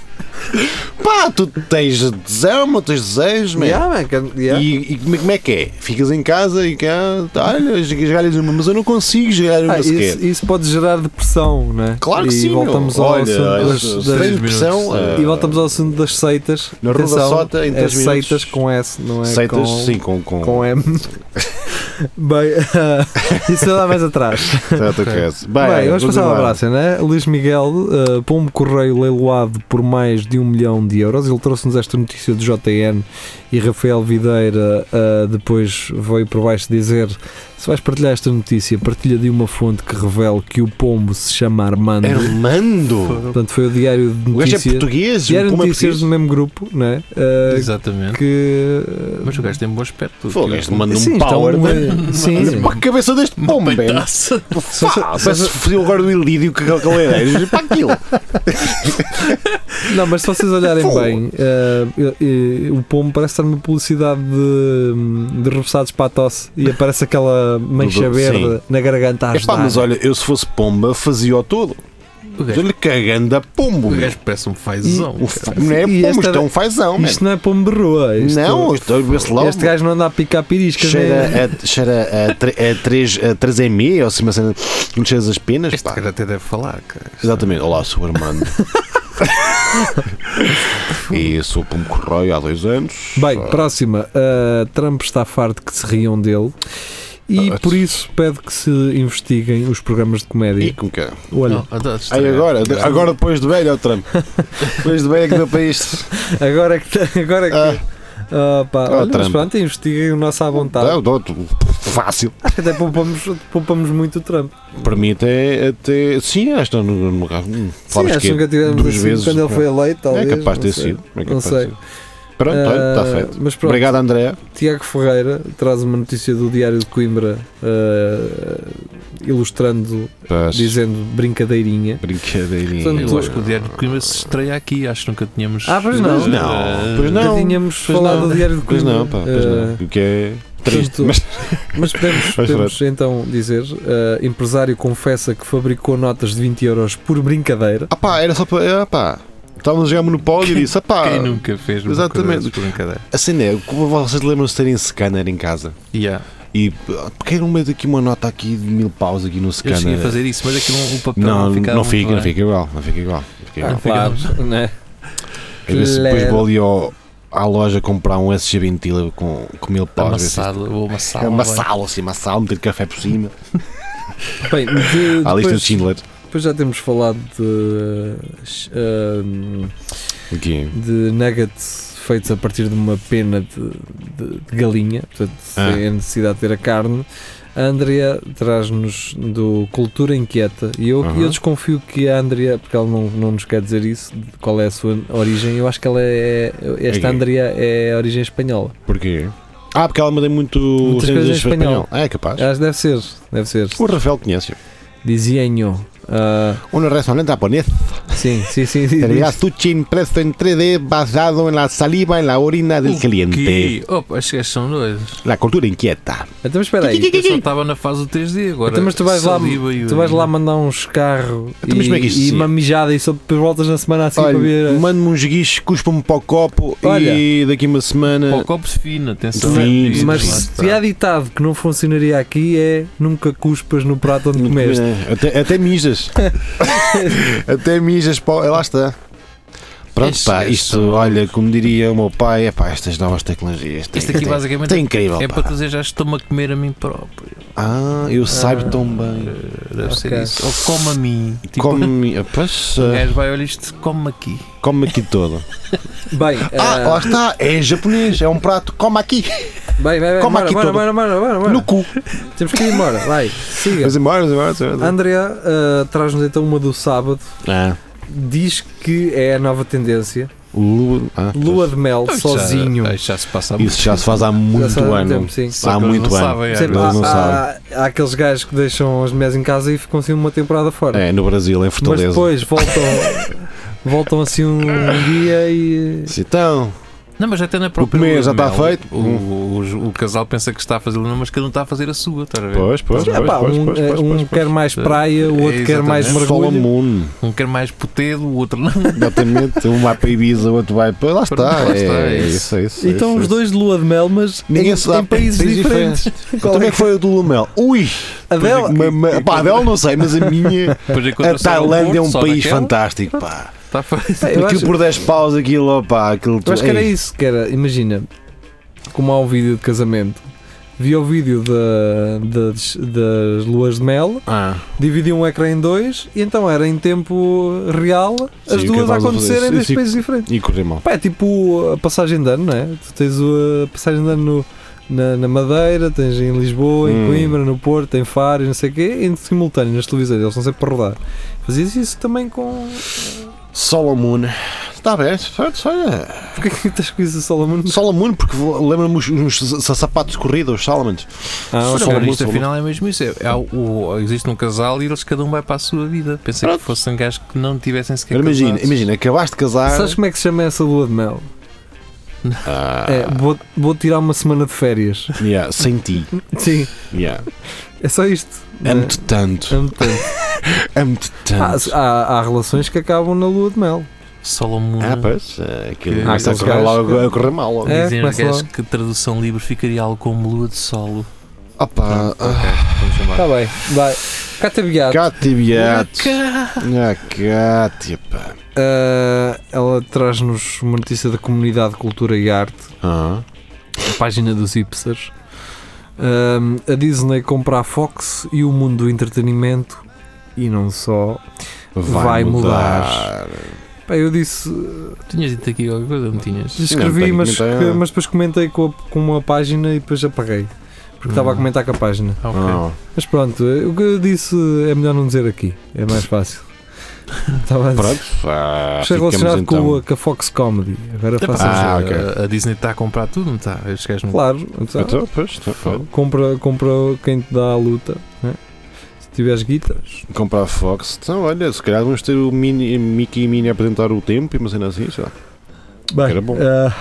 Speaker 2: Pá, tu tens desama, tens desejos, man.
Speaker 3: Yeah, man, can- yeah.
Speaker 2: é? E, e como, é- como é que é? Ficas em casa e cá, tá, olha, jogar-lhes uma, mas eu não consigo jogar uma
Speaker 3: Ah,
Speaker 2: sequer.
Speaker 3: isso, isso pode gerar depressão, não é?
Speaker 2: é Claro que
Speaker 3: e
Speaker 2: sim, meu.
Speaker 3: voltamos ao
Speaker 2: olha,
Speaker 3: assunto
Speaker 2: olha,
Speaker 3: das- É.
Speaker 2: se
Speaker 3: das-
Speaker 2: tem
Speaker 4: minutos,
Speaker 2: depressão,
Speaker 3: E
Speaker 2: ah,
Speaker 3: voltamos ao assunto das seitas.
Speaker 2: Na Ronda
Speaker 3: Atenção,
Speaker 2: Sota, em
Speaker 3: é
Speaker 2: três minutos.
Speaker 3: seitas com S, não é?
Speaker 2: Seitas,
Speaker 3: com,
Speaker 2: sim, com. com,
Speaker 3: com M. Bem, ah, isso é lá mais atrás.
Speaker 2: Certo, ok. Bem, é,
Speaker 3: Bem, vamos passar ao
Speaker 2: continuar.
Speaker 3: abraço, né? Luís Miguel, ah, pombo correio leiloado por mais de um milhão de euros. Ele trouxe-nos esta notícia do JN e Rafael Videira ah, depois veio por baixo dizer: se vais partilhar esta notícia, partilha de uma fonte que revele que o pombo se chama Armando.
Speaker 2: Armando!
Speaker 3: Portanto, foi o Diário de
Speaker 2: É, O gajo é
Speaker 3: Notícias.
Speaker 2: português,
Speaker 3: Diário de
Speaker 2: como é
Speaker 3: Notícias
Speaker 2: português?
Speaker 3: do mesmo grupo, não é? Ah,
Speaker 4: Exatamente.
Speaker 3: que.
Speaker 4: Mas o gajo tem bom aspecto.
Speaker 2: Fogo,
Speaker 4: Que-
Speaker 2: este manda
Speaker 3: Sim,
Speaker 2: um
Speaker 3: está
Speaker 2: power.
Speaker 3: um,
Speaker 2: né?
Speaker 3: eh, sim.
Speaker 2: Mas Para a cabeça deste
Speaker 4: Uma
Speaker 2: pombo, man.
Speaker 4: peitaça.
Speaker 3: Só se-
Speaker 2: Pá,
Speaker 3: só se-
Speaker 2: Parece que fodeu agora o Ilídio que aquele era. Para aquilo.
Speaker 3: Não, mas se vocês olharem
Speaker 2: Fogo.
Speaker 3: bem, eh, eh, o pombo parece estar numa publicidade de, de repousados para a tosse e aparece aquela mancha
Speaker 2: Do- do-
Speaker 3: verde na garganta a
Speaker 2: Epá,
Speaker 3: ajudar.
Speaker 2: mas olha, eu se fosse pomba fazia-o todo.
Speaker 4: O
Speaker 2: Mas
Speaker 4: gajo,
Speaker 2: olha que cagando a pombo.
Speaker 4: o
Speaker 2: meu.
Speaker 4: gajo parece um fazão.
Speaker 2: Um f- Não é
Speaker 3: E
Speaker 2: pombo,
Speaker 3: esta-
Speaker 2: isto é um fazão, man.
Speaker 3: Isto não é pombo de rua. Isto,
Speaker 2: Não, isto é esse logo.
Speaker 3: este gajo não anda a picar piriscas. né?
Speaker 2: Cheira a, cheira a, tre- a, 3, a 3M ou se uma cena que lhe cheiras as penas.
Speaker 4: Este
Speaker 2: pá.
Speaker 4: gajo até deve falar, cara.
Speaker 2: Exatamente. Olá, sou Armando. e sou pombo correio há dois anos.
Speaker 3: Bem, próxima. Uh, Trump está farto que se riam dele e
Speaker 2: Ah,
Speaker 3: por isso pede que se investiguem os programas de
Speaker 2: E
Speaker 3: comédia.
Speaker 2: como que é?
Speaker 3: Olha,
Speaker 4: Não, adoro
Speaker 2: Aí
Speaker 4: estragar.
Speaker 2: agora, de- agora depois de velho, ó Trump. Depois de velho é que deu para isto.
Speaker 3: agora é que. Agora é que
Speaker 2: Ah,
Speaker 3: Ah, pá,
Speaker 2: Ah,
Speaker 3: olha, mas
Speaker 2: Trump.
Speaker 3: pronto, investiguem o nosso à vontade.
Speaker 2: dá, dá, tu- fácil.
Speaker 3: Acho que até poupamos, poupamos muito o Trump.
Speaker 2: Para mim até, até sim, acho que não- não- não- hum,
Speaker 3: Sim,
Speaker 2: falas
Speaker 3: acho que
Speaker 2: que
Speaker 3: nunca tivemos
Speaker 2: duas
Speaker 3: assim,
Speaker 2: vezes,
Speaker 3: quando ele
Speaker 2: não é?
Speaker 3: foi eleito,
Speaker 2: é
Speaker 3: talvez.
Speaker 2: capaz de
Speaker 3: não
Speaker 2: ter
Speaker 3: sei.
Speaker 2: sido. É capaz
Speaker 3: Não
Speaker 2: de
Speaker 3: sei.
Speaker 2: ter sido. Pronto, olha, está
Speaker 3: Ah,
Speaker 2: feito.
Speaker 3: Mas pronto,
Speaker 2: Obrigado, André.
Speaker 3: Tiago Ferreira traz uma notícia do Diário de Coimbra ah, ilustrando,
Speaker 2: Pás,
Speaker 3: dizendo brincadeirinha.
Speaker 2: Brincadeirinha.
Speaker 3: Portanto,
Speaker 4: Eu acho que o Diário de Coimbra se estreia aqui. Acho que nunca tínhamos.
Speaker 3: Ah, pois não.
Speaker 2: Pois não, pois não.
Speaker 3: Nunca tínhamos
Speaker 2: pois
Speaker 3: falado
Speaker 2: não.
Speaker 3: do Diário de
Speaker 2: Pois
Speaker 3: Coimbra.
Speaker 2: não, pá, pois não.
Speaker 3: ah,
Speaker 2: O que é triste.
Speaker 3: portanto,
Speaker 2: Mas
Speaker 3: Mas podemos,
Speaker 2: Vai
Speaker 3: podemos então dizer: ah, empresário confessa que fabricou notas de 20 euros por brincadeira.
Speaker 2: Ah pá, era só para. Ah pá, estávamos a jogar Monopólio e disse: ah pá,
Speaker 4: Quem nunca fez uma
Speaker 2: Exatamente.
Speaker 4: coisa dessas, brincadeira?
Speaker 2: a cena é, como vocês lembram-se de terem scanner em casa?
Speaker 4: Yeah.
Speaker 2: E ah, porque não meto aqui uma nota aqui de mil paus aqui no
Speaker 4: Eu cheguei a
Speaker 2: scanner?
Speaker 4: fazer isso, mas aquilo o papel
Speaker 2: é? Não,
Speaker 4: ficava
Speaker 2: não
Speaker 4: muito
Speaker 2: fica, não
Speaker 4: bem.
Speaker 2: fica igual, não fica igual. Não fica
Speaker 4: Ah,
Speaker 2: igual.
Speaker 3: claro, né?
Speaker 2: a ver se depois
Speaker 3: claro.
Speaker 2: vou ali ao, à loja comprar um SG Ventila com, com mil paus. a ver se-
Speaker 4: Amassado, vou amassá-lo,
Speaker 2: É uma
Speaker 4: vai.
Speaker 2: sala, assim, uma sala, meter café por cima.
Speaker 3: Bem, de-
Speaker 2: À lista de
Speaker 3: depois,
Speaker 2: Schindler.
Speaker 3: depois já temos falado de, ah,
Speaker 2: Aqui.
Speaker 3: de nuggets feitos a partir de uma pena de, de- de galinha, portanto,
Speaker 2: Ah.
Speaker 3: sem a necessidade de ter a carne. A Andrea traz-nos do Cultura Inquieta e eu,
Speaker 2: Uhum.
Speaker 3: eu desconfio que a Andrea, porque ela não, não nos quer dizer isso, de qual é a sua origem, eu acho que ela é. Esta
Speaker 2: É gay.
Speaker 3: Andrea é a origem espanhola.
Speaker 2: Porquê? Ah, porque ela mandei muito
Speaker 3: Muitas
Speaker 2: cenas
Speaker 3: coisas em
Speaker 2: em espanhol.
Speaker 3: espanhol.
Speaker 2: Ah, É capaz.
Speaker 3: Acho que deve ser, deve ser.
Speaker 2: O Rafael conhece.
Speaker 3: Desenho. Ah,
Speaker 2: Um restaurante japonês
Speaker 3: sim, sim, sim. diz-
Speaker 2: servirá sushi impresso em 3D baseado na saliva e na urina do cliente.
Speaker 4: Que... Opa, estes gajos são doidos.
Speaker 2: La cultura inquieta.
Speaker 3: Então, mas espera aí.
Speaker 4: Eu só estava na fase do 3D agora.
Speaker 3: Então, mas tu vais lá-
Speaker 4: saliva e
Speaker 3: Tu vais lá
Speaker 4: urina.
Speaker 3: mandar uns carros
Speaker 2: Então, mas como é que isto
Speaker 3: e, e
Speaker 2: se-
Speaker 3: uma mijada e só depois voltas na semana assim para ver.
Speaker 2: Olha,
Speaker 3: a-
Speaker 2: manda-me uns guichos, cuspa-me para o copo e
Speaker 3: Olha.
Speaker 2: daqui uma semana.
Speaker 4: Para o copo fino, atenção.
Speaker 2: Fino,
Speaker 4: Diz-me
Speaker 3: Mas
Speaker 4: lá
Speaker 3: se
Speaker 4: está.
Speaker 3: tiver ditado que não funcionaria aqui é nunca cuspas no prato onde comeste.
Speaker 2: é, Até, até mijas. até mijas. Pá, eh, lá está. Pronto,
Speaker 4: Estes
Speaker 2: pá,
Speaker 4: gajos
Speaker 2: isto,
Speaker 4: são-
Speaker 2: olha, como diria o meu pai, é pá, estas novas tecnologias. têm-
Speaker 4: Isto aqui
Speaker 2: têm-
Speaker 4: basicamente
Speaker 2: Isto é incrível,
Speaker 4: é
Speaker 2: pá.
Speaker 4: para trazer já estou-me a comer a mim próprio.
Speaker 2: Ah, eu saibo tão bem.
Speaker 4: Eh, Deve ser
Speaker 3: Ok.
Speaker 4: isso. Ou come a mim. Tipo,
Speaker 2: Come, pois,
Speaker 4: o
Speaker 2: eh,
Speaker 4: gajo vai, olha isto, come aqui.
Speaker 2: come aqui todo.
Speaker 3: Bem,
Speaker 2: Ah,
Speaker 3: ah,
Speaker 2: lá está, é japonês, é um prato, come aqui,
Speaker 3: bem, bem, bem,
Speaker 2: como
Speaker 3: bora,
Speaker 2: aqui
Speaker 3: bora,
Speaker 2: todo.
Speaker 3: bora, bora, bora, bora.
Speaker 2: no cu. é,
Speaker 3: Temos que ir embora, vai, siga.
Speaker 2: Mas embora, mas embora, mas embora.
Speaker 3: Andrea ah, traz-nos então uma do sábado,
Speaker 2: Ah,
Speaker 3: diz que é a nova tendência,
Speaker 2: lua, ah,
Speaker 3: lua de mel, sozinho.
Speaker 4: Já, já se passa
Speaker 2: pois. Isso já se faz há muito
Speaker 3: há muito
Speaker 2: ano.
Speaker 3: tempo, sim.
Speaker 4: Só
Speaker 2: há
Speaker 4: que eles
Speaker 2: muito
Speaker 4: não
Speaker 2: ano.
Speaker 4: sabem, é.
Speaker 3: Sempre
Speaker 2: Eles
Speaker 3: há,
Speaker 2: não
Speaker 3: há- há aqueles gajos que deixam as mulheres em casa e ficam assim uma temporada fora.
Speaker 2: É, no Brasil, em
Speaker 3: Mas
Speaker 2: Fortaleza.
Speaker 3: depois voltam, voltam assim um dia e.
Speaker 2: Sim, Então,
Speaker 4: Não, mas até na própria.
Speaker 2: comer
Speaker 4: lua
Speaker 2: já
Speaker 4: de
Speaker 2: está
Speaker 4: mel,
Speaker 2: feito.
Speaker 4: O, o- o casal pensa que está a fazer uma, mas cada um está a fazer a sua, estás a ver?
Speaker 2: pois, pois,
Speaker 3: É pá, um, um quer mais praia, o outro
Speaker 4: É,
Speaker 3: quer mais
Speaker 4: exatamente.
Speaker 3: mergulho.
Speaker 2: Solomon,
Speaker 4: Um quer mais potedo, o outro não.
Speaker 2: exatamente. Um vai para Ibiza, o outro vai para. Lá está,
Speaker 4: Lá
Speaker 2: é,
Speaker 4: está,
Speaker 2: é
Speaker 4: é
Speaker 2: isso, é isso. é
Speaker 3: Então
Speaker 2: isso,
Speaker 3: os dois de lua de mel, mas
Speaker 2: Ninguém
Speaker 3: em,
Speaker 2: se dá
Speaker 3: em países
Speaker 2: países
Speaker 3: diferentes.
Speaker 2: Então, Como é que foi a do Lumel? Ui!
Speaker 3: A dela,
Speaker 2: Uma- uma- pá, a dela não sei, mas a minha.
Speaker 4: Depois encontra
Speaker 2: A Tailândia é um país
Speaker 4: fantástico.
Speaker 2: fantástico, pá.
Speaker 4: Está feito.
Speaker 3: eu
Speaker 2: aquilo
Speaker 3: acho-
Speaker 2: por 10 paus, aquilo, ó, pá, aquilo
Speaker 3: eu acho que era
Speaker 2: ei,
Speaker 3: isso, que era, imagina, como há um vídeo de casamento, vi o vídeo da- das, das luas de mel,
Speaker 2: Ah,
Speaker 3: dividi um ecrã em dois, e então era em tempo real as
Speaker 2: Sim, o que é
Speaker 3: duas
Speaker 2: que
Speaker 3: a
Speaker 2: nós vamos fazer?
Speaker 3: acontecerem em
Speaker 2: Sim,
Speaker 3: dois
Speaker 2: sim.
Speaker 3: países diferentes.
Speaker 2: e correr mal.
Speaker 3: Pá, é tipo a passagem de ano, não é? Tu tens o- a passagem de ano no- na, na Madeira, tens em Lisboa,
Speaker 2: Hum.
Speaker 3: em Coimbra, no Porto, em Faro, e não sei o quê, em simultâneo nas televisões, eles não sempre para rodar. Fazias isso também com.
Speaker 2: Solomon.
Speaker 3: Tá
Speaker 2: Está bem, certo, olha.
Speaker 3: Porquê que estás com isso a Solomon?
Speaker 2: Solomon, porque lembra-me os, os sa- sapatos corridos, os Solomons.
Speaker 3: Ah,
Speaker 2: Só
Speaker 4: Olha,
Speaker 3: ok.
Speaker 4: agora
Speaker 2: uma
Speaker 4: isto
Speaker 2: só uma.
Speaker 4: afinal é mesmo isso. É, há o- o- existe um casal e eles cada um vai para a sua vida. Pensei que fossem gajos que não tivessem sequer
Speaker 2: Agora imagina,
Speaker 4: casados.
Speaker 2: imagina, acabaste de casar.
Speaker 3: Sabes como é que se chama essa lua de mel?
Speaker 2: Ah,
Speaker 3: É, vou, vou tirar uma semana de férias.
Speaker 2: yeah, sem ti.
Speaker 3: Sim,
Speaker 2: Yeah.
Speaker 3: é só isto. não é?
Speaker 2: Amo-te tanto.
Speaker 3: Amo-te
Speaker 2: É
Speaker 3: tanto.
Speaker 2: Amo-te
Speaker 3: Há,
Speaker 2: tanto.
Speaker 3: há- há relações que acabam na lua de mel.
Speaker 4: Solomon.
Speaker 2: Ah, pois. é, Aquilo
Speaker 4: Ah,
Speaker 2: começa a
Speaker 3: aqueles
Speaker 2: correr
Speaker 3: gajos
Speaker 2: logo-
Speaker 3: que-
Speaker 2: a correr mal logo.
Speaker 3: É,
Speaker 4: Dizem os
Speaker 3: começa
Speaker 4: gajos
Speaker 3: logo.
Speaker 4: que tradução livre ficaria algo como lua de solo.
Speaker 2: Ah, pá,
Speaker 4: Pronto, ok, vamos embora.
Speaker 3: Está Tá bem, vai. tá Cata Beato.
Speaker 2: Cátia Beato.
Speaker 3: É,
Speaker 4: Cá.
Speaker 2: Ah, Cátia, pá.
Speaker 3: Ah, ela traz-nos uma notícia da comunidade Cultura e Arte,
Speaker 2: Ah,
Speaker 3: a página dos Ipsers. Ahm, Ah, a Disney compra a Fox e o mundo do entretenimento e não só.
Speaker 2: vai,
Speaker 3: Vai
Speaker 2: mudar.
Speaker 3: mudar. Pá, eu disse,
Speaker 4: Tinhas dito aqui alguma coisa, não tinhas?
Speaker 2: Não
Speaker 3: escrevi,
Speaker 2: tenho
Speaker 3: mas,
Speaker 2: muita-
Speaker 3: que- mas depois comentei com, a- com uma página e depois apaguei. Porque estava a
Speaker 4: Hum.
Speaker 3: comentar com a página.
Speaker 4: Ah, ok.
Speaker 2: Ah,
Speaker 3: Mas pronto, o que eu disse é melhor não dizer aqui. É mais fácil. Estava a dizer.
Speaker 2: Pronto, ah,
Speaker 3: Isto é
Speaker 2: ficamos
Speaker 3: relacionado
Speaker 2: então.
Speaker 3: com, a, com a Fox Comedy. Agora
Speaker 4: Epá,
Speaker 3: faço.
Speaker 2: Ah,
Speaker 4: mas,
Speaker 2: ok.
Speaker 4: Então a, a Disney está a comprar tudo, não está? Estes gajos não
Speaker 3: Claro, então,
Speaker 2: Então, pois, então, pronto.
Speaker 3: compra, compra quem te dá a luta. né? Se tiveres guitas,
Speaker 2: comprar a Fox. Então, olha, se calhar vamos ter o mini, Mickey e Minnie a apresentar o tempo e uma cena assim, sei lá.
Speaker 3: Bem,
Speaker 2: Era bom.
Speaker 3: ah,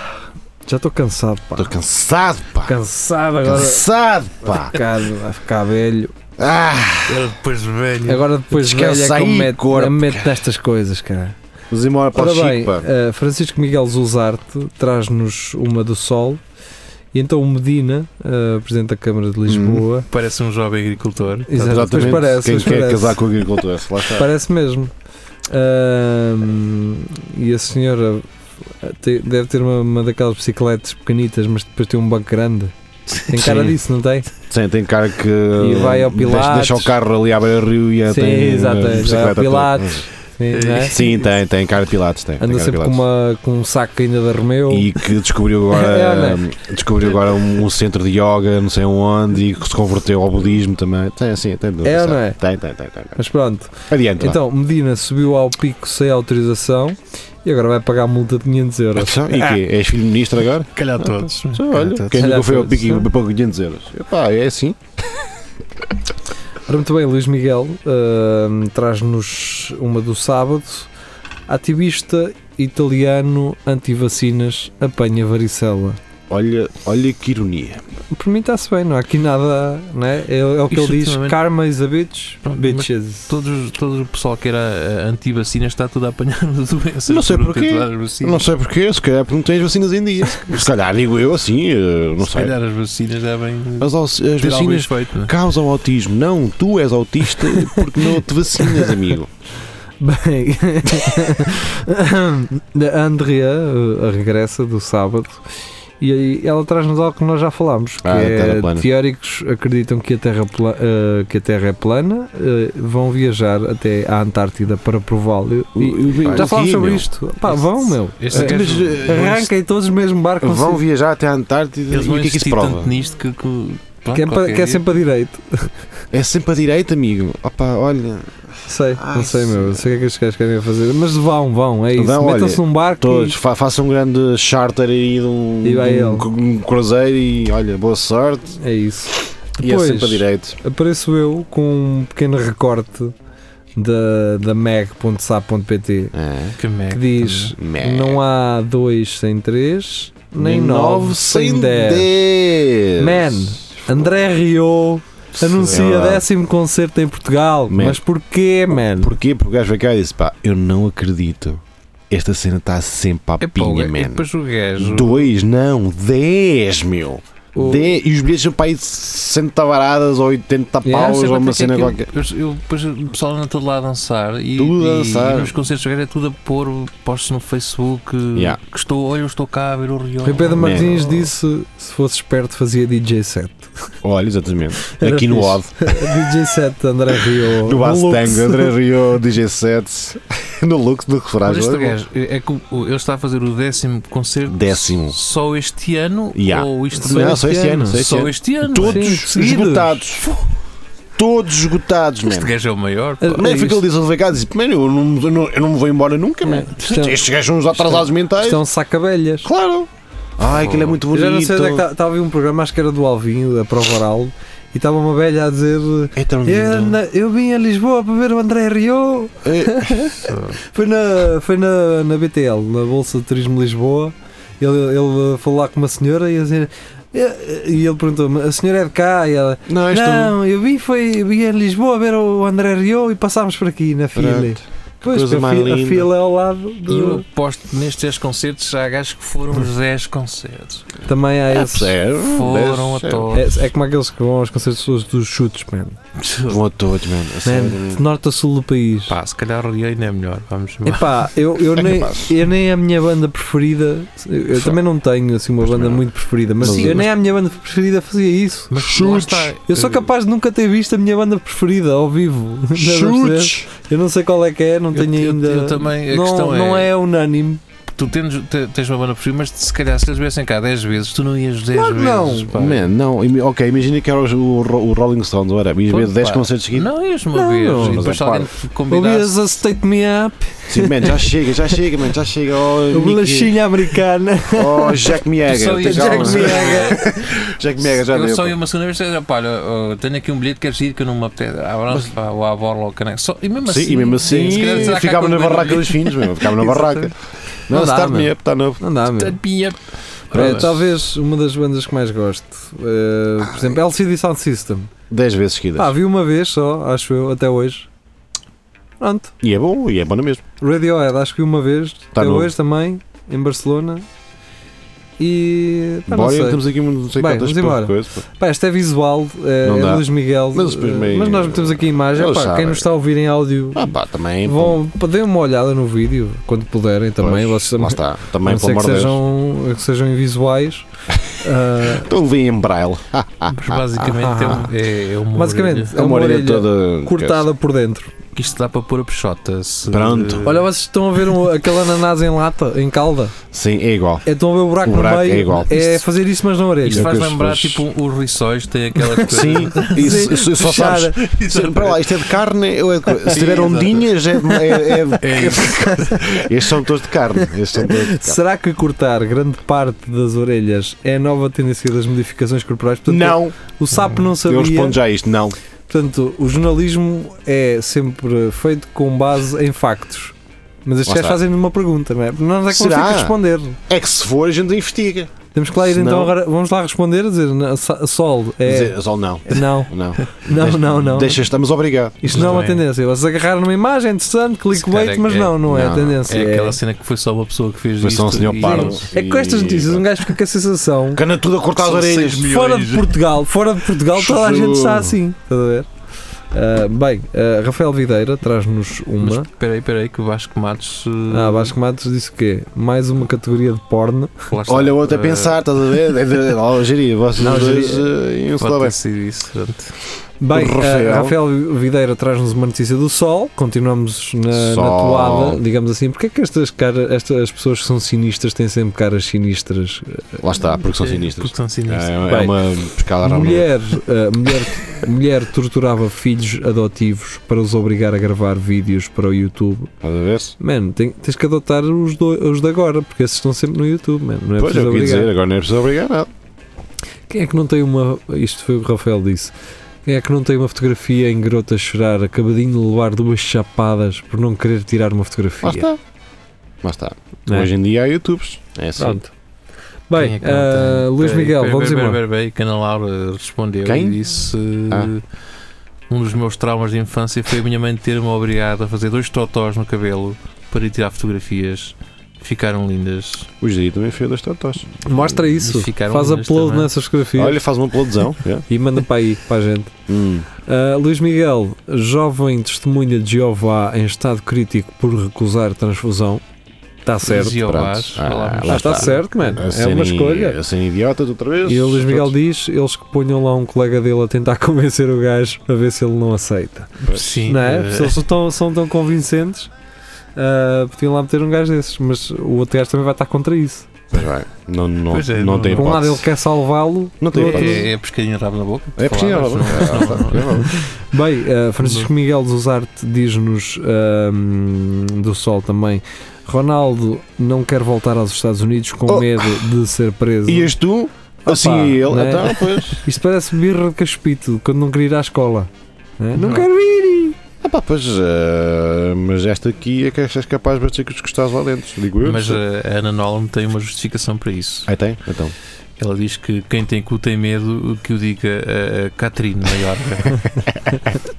Speaker 3: já estou cansado, pá.
Speaker 2: Estou cansado, pá.
Speaker 3: cansado agora.
Speaker 2: Cansado, pá.
Speaker 3: Cansado, vai ficar velho.
Speaker 2: Ah,
Speaker 4: Era é depois de velho.
Speaker 3: Agora depois
Speaker 2: Descansa
Speaker 3: velho é que eu
Speaker 2: aí,
Speaker 3: meto,
Speaker 2: corpo,
Speaker 3: eu meto
Speaker 2: cara.
Speaker 3: nestas coisas, cara.
Speaker 2: vamos embora para
Speaker 3: Ora
Speaker 2: o Chico,
Speaker 3: bem,
Speaker 2: pá.
Speaker 3: ah, Francisco Miguel Zuzarte traz-nos uma do Sol e então o Medina, ah, Presidente da Câmara de Lisboa,
Speaker 4: Parece um jovem agricultor.
Speaker 3: Exato, depois parece,
Speaker 2: Hum. Quem
Speaker 3: depois
Speaker 2: quer
Speaker 3: parece.
Speaker 2: casar com o agricultor, se lá está.
Speaker 3: Parece mesmo. Ahm, e a senhora te- deve ter uma, uma daquelas bicicletas pequenitas, mas depois tem um banco grande. Tem cara
Speaker 2: Sim.
Speaker 3: disso, não tem?
Speaker 2: Sim, tem cara que. hum,
Speaker 3: E vai ao
Speaker 2: deixa- Deixa,
Speaker 3: Pilates.
Speaker 2: o carro ali à beira do rio e
Speaker 3: Sim,
Speaker 2: tem.
Speaker 3: exato, é,
Speaker 2: a
Speaker 3: vai ao
Speaker 2: bicicleta toda.
Speaker 3: Pilates. não é?
Speaker 2: Sim, tem, tem cara de Pilates. Tem, tem
Speaker 3: Anda
Speaker 2: cara de
Speaker 3: sempre com,
Speaker 2: Pilates.
Speaker 3: uma, com um saco ainda da Romeu.
Speaker 2: E que descobriu
Speaker 3: É,
Speaker 2: agora,
Speaker 3: olha.
Speaker 2: descobriu agora um, um centro de yoga, não sei onde, e que se converteu ao budismo também. Tem, sim, tem tudo,
Speaker 3: É,
Speaker 2: sabe?
Speaker 3: não é?
Speaker 2: Tem, tem, tem. tem, tem.
Speaker 3: Mas pronto.
Speaker 2: Adiante. vá.
Speaker 3: Então, Medina subiu ao pico sem autorização e agora vai pagar multa de 500 euros.
Speaker 2: Então, e quê? És filho de ministro agora?
Speaker 5: Calhar todos.
Speaker 2: Só, olha,
Speaker 5: Calhar
Speaker 2: quem
Speaker 3: Calhar
Speaker 2: nunca foi ao
Speaker 3: todos,
Speaker 2: pico
Speaker 3: sim.
Speaker 2: e pagou 500 euros? Epá, é assim.
Speaker 3: Ora, muito bem, Luís Miguel ahm, traz-nos uma do sábado. Ativista italiano anti-vacinas apanha varicela.
Speaker 2: Olha, olha que ironia.
Speaker 3: Por mim está-se bem, não há aqui nada, não é? É, é o que
Speaker 4: Isto
Speaker 3: ele diz,
Speaker 4: ultimamente-
Speaker 3: karma is a bitch,
Speaker 4: Pronto,
Speaker 3: bitches.
Speaker 4: Todos, todo o pessoal que era eh, anti-vacina está tudo a apanhar doenças.
Speaker 2: Não sei
Speaker 4: por não
Speaker 2: porquê.
Speaker 4: ter tomado as vacinas.
Speaker 2: Não sei porquê, se calhar porque não tens vacinas em dia. Se calhar digo eu assim, eh, não
Speaker 4: Se
Speaker 2: sei.
Speaker 4: calhar as vacinas devem
Speaker 2: Mas as, as
Speaker 4: ter algum
Speaker 2: vacinas
Speaker 4: efeito. não é?
Speaker 2: causam autismo. Não, tu és autista porque não te vacinas, amigo.
Speaker 3: Bem, a Andrea eh, regressa do sábado e aí ela traz-nos algo que nós já falámos, que
Speaker 2: Ah, a Terra
Speaker 3: é,
Speaker 2: plana.
Speaker 3: teóricos acreditam que a, terra pla- eh, que a Terra é plana, eh, vão viajar até à Antártida para prová-lo. E-
Speaker 2: Pá,
Speaker 3: Já falámos
Speaker 2: sim,
Speaker 3: sobre
Speaker 2: meu.
Speaker 3: isto. Pá, vão, meu.
Speaker 4: Este
Speaker 3: Eh,
Speaker 4: gajo-
Speaker 3: mas, eh, Arranquem todos o mesmo barco.
Speaker 2: Vão
Speaker 3: consigo.
Speaker 2: viajar até a Antártida
Speaker 4: Eles
Speaker 2: e
Speaker 4: vão
Speaker 2: o que é que isso
Speaker 4: insistir
Speaker 2: prova?
Speaker 4: tanto nisto que. que pronto,
Speaker 3: Que é, pa-
Speaker 4: qualquer
Speaker 3: que é
Speaker 4: dia.
Speaker 3: sempre a direito.
Speaker 2: É sempre à direita, amigo. Opa, olha,
Speaker 3: Sei, não
Speaker 2: Ai,
Speaker 3: sei, meu. Não
Speaker 2: senhor.
Speaker 3: sei o que é que estes gajos querem fazer. Mas vão, vão. É isso.
Speaker 2: Ah, Vão, olha,
Speaker 3: Metam-se num barco.
Speaker 2: todos,
Speaker 3: e-
Speaker 2: fa façam um grande charter aí de um,
Speaker 3: E vai
Speaker 2: de
Speaker 3: ele.
Speaker 2: um, cru- um cruzeiro e olha, boa sorte.
Speaker 3: É isso.
Speaker 2: e é
Speaker 3: Depois,
Speaker 2: sempre à direita.
Speaker 3: apareço eu com um pequeno recorte da, da meg.sa.pt
Speaker 2: É.
Speaker 4: Que, merda.
Speaker 3: que diz:
Speaker 2: Meh.
Speaker 3: Não há 2 sem 3, nem 9
Speaker 2: nove
Speaker 3: sem 10.
Speaker 2: 10.
Speaker 3: Man, André Rio anuncia
Speaker 2: Sei lá.
Speaker 3: décimo concerto em Portugal.
Speaker 2: é Man.
Speaker 3: Mas porquê, man?
Speaker 2: Porquê? Porque o gajo veio cá e disse: pá, eu não acredito. Esta cena está sempre à
Speaker 4: É pá,
Speaker 2: pinha,
Speaker 4: o- e
Speaker 2: man.
Speaker 4: depois o gajo.
Speaker 2: Dois, não, dez, meu.
Speaker 3: O-
Speaker 2: Dez, e os bilhetes são para aí 60 tavaradas ou 80
Speaker 3: Yeah,
Speaker 2: paus
Speaker 4: Sabe
Speaker 2: ou uma
Speaker 4: quanto é que
Speaker 2: cena
Speaker 4: é
Speaker 2: qualquer.
Speaker 4: aquilo? Eu, eu- depois o pessoal anda todo lá a dançar e,
Speaker 2: Tudo a
Speaker 4: e-
Speaker 2: dançar.
Speaker 4: e nos concertos do gajo é tudo a pôr postos no Facebook
Speaker 2: Yeah.
Speaker 4: que estou, olha, eu estou cá a ver o Rio.
Speaker 3: Rui Pedro
Speaker 2: Man.
Speaker 3: Martins disse: Se fosse esperto, fazia DJ set.
Speaker 2: Olha, exatamente.
Speaker 3: Era
Speaker 2: Aqui no
Speaker 3: fixe.
Speaker 2: Odd,
Speaker 3: DJ set de André Rio.
Speaker 2: no Basso
Speaker 3: Lux.
Speaker 2: Tango, André Rio, DG7, no Lux, no
Speaker 4: Mas
Speaker 2: Refrágio.
Speaker 4: este gajo, é é que o- o- ele está a fazer o décimo concerto
Speaker 2: Décimo.
Speaker 4: só este ano
Speaker 2: Yeah.
Speaker 4: ou isto
Speaker 3: Só
Speaker 2: Não,
Speaker 3: este
Speaker 2: só este ano.
Speaker 3: ano.
Speaker 2: só este
Speaker 4: só
Speaker 2: ano.
Speaker 4: este ano?
Speaker 2: Todos
Speaker 3: Sim, seguidos.
Speaker 2: esgotados. Todos esgotados,
Speaker 4: Este
Speaker 2: man.
Speaker 4: gajo é o maior. pá.
Speaker 3: Ah,
Speaker 2: Não é
Speaker 3: é
Speaker 2: que ele
Speaker 3: isto.
Speaker 2: diz ao VK, diz, primeiro, eu não, eu, não, eu não me vou embora nunca, man.
Speaker 3: Isto é-
Speaker 2: Estes gajos são uns atrasados mentais.
Speaker 3: Isto é um saca-belhas.
Speaker 2: Claro. Ai, aquilo é muito
Speaker 3: Eu
Speaker 2: bonito.
Speaker 3: já não sei onde é que estava a ver um programa, acho que era do Alvinho, da Prova Oral, e estava uma velha a dizer.
Speaker 2: É tão
Speaker 3: Eu,
Speaker 2: lindo.
Speaker 3: na- eu vim a Lisboa para ver o André Rio.
Speaker 2: É,
Speaker 3: Foi na, foi na, na BTL, na Bolsa de Turismo de Lisboa. Ele, ele falou lá com uma senhora e a dizer. "Eh, E ele perguntou-me, a senhora é de cá? E ela,
Speaker 2: Não, isto
Speaker 3: não, eu vim, foi, vim a Lisboa ver o André Rio e passámos por aqui na fila.
Speaker 2: Pronto.
Speaker 3: Pois, porque
Speaker 2: coisa
Speaker 3: a, fi,
Speaker 2: mais
Speaker 3: a
Speaker 2: linda.
Speaker 3: fila é ao lado
Speaker 4: E eu
Speaker 3: do.
Speaker 4: aposto que nestes 10 concertos já há gajos que foram os 10 concertos.
Speaker 3: Também há
Speaker 2: É,
Speaker 3: esse.
Speaker 2: sério,
Speaker 4: Foram a
Speaker 2: dez, sério.
Speaker 4: todos.
Speaker 3: É, é como aqueles que vão aos concertos dos- dos chutes, man.
Speaker 2: Vão a todos, man. A sério,
Speaker 3: Man, de norte a sul do país.
Speaker 4: Pá, se calhar o Rio ainda é melhor. Vamos ver.
Speaker 3: Epá, eu, eu,
Speaker 2: É
Speaker 3: nem,
Speaker 2: capaz.
Speaker 3: eu nem a minha banda preferida. Eu também não tenho assim uma
Speaker 2: Mas também
Speaker 3: banda
Speaker 2: não.
Speaker 3: muito preferida, mas
Speaker 2: Sim,
Speaker 3: eu
Speaker 2: mas-
Speaker 3: nem a minha banda preferida fazia isso.
Speaker 4: Mas lá
Speaker 2: Chutes.
Speaker 4: está,
Speaker 3: Eu sou
Speaker 4: eh,
Speaker 3: capaz de nunca ter visto a minha banda preferida ao vivo. Não é perceber?
Speaker 2: Chutes!
Speaker 3: Eu não sei qual é que é, não
Speaker 4: Eu-
Speaker 3: tenho
Speaker 4: eu-
Speaker 3: ainda.
Speaker 4: eu também, a
Speaker 3: não,
Speaker 4: questão é-
Speaker 3: não é unânime.
Speaker 4: Tu tens, te- tens uma banda preferida, mas se calhar se eles viessem cá 10 vezes, tu não ias 10
Speaker 3: Claro que
Speaker 4: vezes.
Speaker 3: não.
Speaker 4: pá.
Speaker 2: Man, não, imi- ok, imagina que era os- o, Ro- o Rolling Stones, ora, ias ver
Speaker 4: Pronto,
Speaker 2: 10
Speaker 4: pá.
Speaker 2: concertos seguidos.
Speaker 4: Não ias uma
Speaker 3: Não,
Speaker 4: vez.
Speaker 3: não,
Speaker 4: e
Speaker 2: mas
Speaker 4: depois
Speaker 2: é
Speaker 4: se alguém te convidasse.
Speaker 3: Ouvias a State Me Up,
Speaker 2: Sim, man, já chega, já chega, man, já chega.
Speaker 3: a
Speaker 2: Oh, Nicky,
Speaker 3: bolachinha americana.
Speaker 2: oh Jack Miega,
Speaker 4: Só ia
Speaker 2: tem
Speaker 4: Jack
Speaker 2: calma.
Speaker 3: Miega.
Speaker 2: Jack Miega, já
Speaker 4: eu
Speaker 2: deu.
Speaker 4: só ia
Speaker 2: pá.
Speaker 4: uma segunda vez e dizia, pá, olha, oh, tenho aqui um bilhete, queres ir que eu não me apetece. Ah, pronto, pá, ou à bola ou caneco. Só- E mesmo assim.
Speaker 2: Sim, e mesmo assim,
Speaker 4: se calhar será que é
Speaker 2: ficava
Speaker 4: há
Speaker 2: na
Speaker 4: quando-
Speaker 2: barraca dos filhos, meu, ficava na barraca. Não,
Speaker 3: Não dá,
Speaker 2: Start Me
Speaker 3: man.
Speaker 2: Up, está novo.
Speaker 3: Não dá, meu.
Speaker 4: Tapinha.
Speaker 3: É,
Speaker 4: Pronto. Ah,
Speaker 3: talvez uma das bandas que mais gosto. eh, por
Speaker 4: é.
Speaker 3: exemplo, LCD Sound System.
Speaker 2: 10 vezes seguidas.
Speaker 3: Pá, vi uma vez só, acho eu, até hoje. Pronto.
Speaker 2: E é bom, e é bom na mesma.
Speaker 3: Radiohead, acho que vi uma vez, até
Speaker 2: Tá novo.
Speaker 3: hoje também, em Barcelona. E. Pá, não
Speaker 2: Bora,
Speaker 3: sei.
Speaker 2: temos aqui um, não sei
Speaker 3: Bem,
Speaker 2: quantas
Speaker 3: vamos embora.
Speaker 2: coisas. pá.
Speaker 3: Pá, isto é visual, é,
Speaker 2: Não
Speaker 3: é
Speaker 2: dá.
Speaker 3: Luís Miguel.
Speaker 2: Mas depois
Speaker 3: eh,
Speaker 2: meio-
Speaker 3: mas nós metemos aqui a imagem.
Speaker 2: Eles
Speaker 3: Pá, quem
Speaker 2: sabem.
Speaker 3: nos está a ouvir em áudio,
Speaker 2: Ah, pá, também. pá,
Speaker 3: vão, pá, deem uma olhada no vídeo, quando puderem também.
Speaker 2: pois,
Speaker 3: vocês também.
Speaker 2: Lá está,
Speaker 3: a
Speaker 2: também,
Speaker 3: não
Speaker 2: pelo
Speaker 3: ser que
Speaker 2: amor de Deus.
Speaker 3: sejam, que sejam invisuais. Ah,
Speaker 2: Então levei em braille. Ah,
Speaker 4: Mas basicamente é um- é, é uma
Speaker 3: Basicamente,
Speaker 4: orelha.
Speaker 3: é uma orelha
Speaker 2: toda.
Speaker 3: cortada por dentro.
Speaker 4: que isto dá para pôr a peixota. se-
Speaker 2: Pronto.
Speaker 3: Olha, vocês estão a ver um- aquele ananás em lata, em calda?
Speaker 2: Sim, é igual.
Speaker 3: É, estão a ver o buraco,
Speaker 2: O buraco
Speaker 3: no meio?
Speaker 2: é igual.
Speaker 3: É fazer isso, mas na orelha.
Speaker 4: Isto
Speaker 2: É o
Speaker 4: faz
Speaker 2: que as
Speaker 4: lembrar
Speaker 2: pessoas-
Speaker 4: tipo os riçóis, tem aquelas coisas.
Speaker 2: Sim, isso, isso só
Speaker 3: Fechada.
Speaker 2: sabes. Se, para lá, isto é de carne ou é de coisa? Se tiver ondinhas, é, de- é, é, de- Estes são todos de carne. Estes são todos de carne.
Speaker 3: Será que cortar grande parte das orelhas é a nova tendência das modificações corporais? Portanto,
Speaker 2: Não,
Speaker 3: O sapo não
Speaker 2: eu
Speaker 3: sabia.
Speaker 2: respondo já a isto. Não.
Speaker 3: Portanto, o jornalismo é sempre feito com base em factos. Mas
Speaker 2: Lá
Speaker 3: estes gajos
Speaker 2: está.
Speaker 3: fazem-nos uma pergunta, não é? Nós é que vamos
Speaker 2: Será?
Speaker 3: ter que responder.
Speaker 2: É que se for, a gente investiga.
Speaker 3: Temos que lá ir
Speaker 2: Se
Speaker 3: então
Speaker 2: não-
Speaker 3: agora. Vamos lá responder a dizer na- sa- sol. É.
Speaker 2: Dizer, só não.
Speaker 3: Não,
Speaker 2: Não,
Speaker 3: não,
Speaker 2: Deixa-
Speaker 3: não, não.
Speaker 2: Deixa, estamos obrigado.
Speaker 3: Isto não é uma
Speaker 4: Bem.
Speaker 3: tendência. Vocês agarraram uma imagem interessante, clickbait,
Speaker 4: calhar é-
Speaker 3: mas
Speaker 4: é-
Speaker 3: não, não é a
Speaker 2: não,
Speaker 3: tendência.
Speaker 4: É aquela cena que foi só uma pessoa que fez
Speaker 2: Mas
Speaker 4: isto.
Speaker 2: só um senhor
Speaker 4: e-
Speaker 2: pardo.
Speaker 3: É que com estas notícias um gajo fica com a sensação
Speaker 2: Cana tudo a cortar as
Speaker 4: São
Speaker 2: orelhas.
Speaker 4: seis mil.
Speaker 3: fora de Portugal, fora de Portugal, toda a gente está assim. Estás a ver? Ah, bem, ah, Rafael Videira traz-nos
Speaker 4: Mas
Speaker 3: uma.
Speaker 4: espera aí, espera aí, que o Vasco Matos. eh,
Speaker 3: Ah, Vasco Matos disse o quê? Mais uma categoria de porno.
Speaker 2: Olha, o outro
Speaker 4: eh,
Speaker 2: a pensar, estás a ver? É de- Ó, Jeria, vocês
Speaker 3: Não,
Speaker 2: dois
Speaker 3: Jeria.
Speaker 2: eh, iam-se lá
Speaker 4: Pode
Speaker 2: bem.
Speaker 4: ter sido isso. portanto.
Speaker 3: Bem,
Speaker 2: Do
Speaker 3: ah,
Speaker 2: Rafael.
Speaker 3: Rafael. Videira traz-nos uma notícia do sol. Continuamos na, na
Speaker 2: Sol.
Speaker 3: toada, digamos assim. Porquê é que estas, cara, estas pessoas que são sinistras têm sempre caras sinistras?
Speaker 2: Lá está, porque são
Speaker 4: É,
Speaker 2: sinistros.
Speaker 4: Porque são sinistros.
Speaker 2: É, é
Speaker 3: Bem,
Speaker 2: uma escala harmoniosa.
Speaker 3: Mulher, ah, mulher, mulher torturava filhos adotivos para os obrigar a gravar vídeos para o YouTube.
Speaker 2: Estás a ver?
Speaker 3: Mano, tem- tens que adotar os, do, os de agora, porque esses estão sempre no YouTube, mano. Não é
Speaker 2: Pois, é
Speaker 3: preciso
Speaker 2: o que eu ia
Speaker 3: obrigar.
Speaker 2: dizer, agora não é preciso obrigar nada.
Speaker 3: Quem é que não tem uma. Isto foi o que o Rafael disse. Quem é que não tem uma fotografia em garota a chorar, acabadinho de levar duas chapadas por não querer tirar uma
Speaker 2: Lá
Speaker 3: fotografia?
Speaker 2: está. Lá está.
Speaker 3: Não é?
Speaker 2: Hoje em dia há YouTubes. É assim.
Speaker 3: Pronto.
Speaker 4: Quem
Speaker 3: Bem,
Speaker 4: é que não tem?
Speaker 3: ah, Luís
Speaker 4: Espera aí,
Speaker 3: Miguel,
Speaker 4: espera aí,
Speaker 3: vamos
Speaker 4: espera aí,
Speaker 3: embora.
Speaker 4: espera aí, que a Ana Laura respondeu
Speaker 2: Quem?
Speaker 4: e disse.
Speaker 3: Ah.
Speaker 4: eh, Um dos meus traumas de infância foi a minha mãe ter-me obrigado a fazer dois totós no cabelo para ir tirar fotografias. Ficaram lindas.
Speaker 2: O Jeria também fez dois totós.
Speaker 3: Mostra isso.
Speaker 4: Ficaram
Speaker 3: Faz
Speaker 4: lindas
Speaker 3: upload
Speaker 4: também.
Speaker 3: nessas fotografias
Speaker 2: Olha, faz uma peladozão. é.
Speaker 3: e manda para aí, para a gente.
Speaker 2: Hum.
Speaker 3: Ah, Luís Miguel, jovem testemunha de Jeová em estado crítico por recusar transfusão. Está certo.
Speaker 4: Dizia ao
Speaker 2: pronto.
Speaker 4: Vasco,
Speaker 2: Ah,
Speaker 4: falámos.
Speaker 2: lá
Speaker 3: Está
Speaker 2: está.
Speaker 3: certo, mano. É
Speaker 2: Assim,
Speaker 3: uma escolha.
Speaker 2: Assim, idiota, outra vez.
Speaker 3: E o Luís Miguel
Speaker 2: Pronto.
Speaker 3: diz: eles que ponham lá um colega dele a tentar convencer o gajo a ver se ele não aceita.
Speaker 4: Sim,
Speaker 3: Não é?
Speaker 4: eh,
Speaker 3: Se eles são tão, são tão convincentes, ah, podiam lá meter um gajo desses. Mas o outro gajo também vai estar contra isso.
Speaker 2: Pois vai. Não, não,
Speaker 4: Pois é,
Speaker 2: não,
Speaker 4: não-
Speaker 2: tem
Speaker 3: Por um lado, ele
Speaker 2: hipótese.
Speaker 3: quer salvá-lo.
Speaker 2: Não tem
Speaker 3: do outro-
Speaker 2: hipótese.
Speaker 4: É, é pescadinho de rabo na boca.
Speaker 2: É possível.
Speaker 4: Falámos,
Speaker 2: não é?
Speaker 4: não- não- não-
Speaker 3: Bem, ah,
Speaker 2: Uhum.
Speaker 3: Francisco Miguel dos Arte diz-nos ah, do Sol também. Ronaldo não quer voltar aos Estados Unidos com
Speaker 2: Oh.
Speaker 3: medo de ser preso.
Speaker 2: E és tu? Assim
Speaker 3: Opa,
Speaker 2: e ele.
Speaker 3: não é?
Speaker 2: Então, pois.
Speaker 3: Isto parece birra de caspito quando não quer ir à escola. né? Não,
Speaker 4: Não.
Speaker 3: quero ir!
Speaker 2: Ah pá, pois, eh, mas esta aqui é que és capaz de dizer que os gostares lá dentro, digo eu.
Speaker 4: Mas
Speaker 2: Não sei.
Speaker 4: eh, a Ana Nolan tem uma justificação para isso.
Speaker 2: Aí tem, então.
Speaker 4: Ela diz que quem tem cu tem medo que o diga a- a Catrine Maiorca.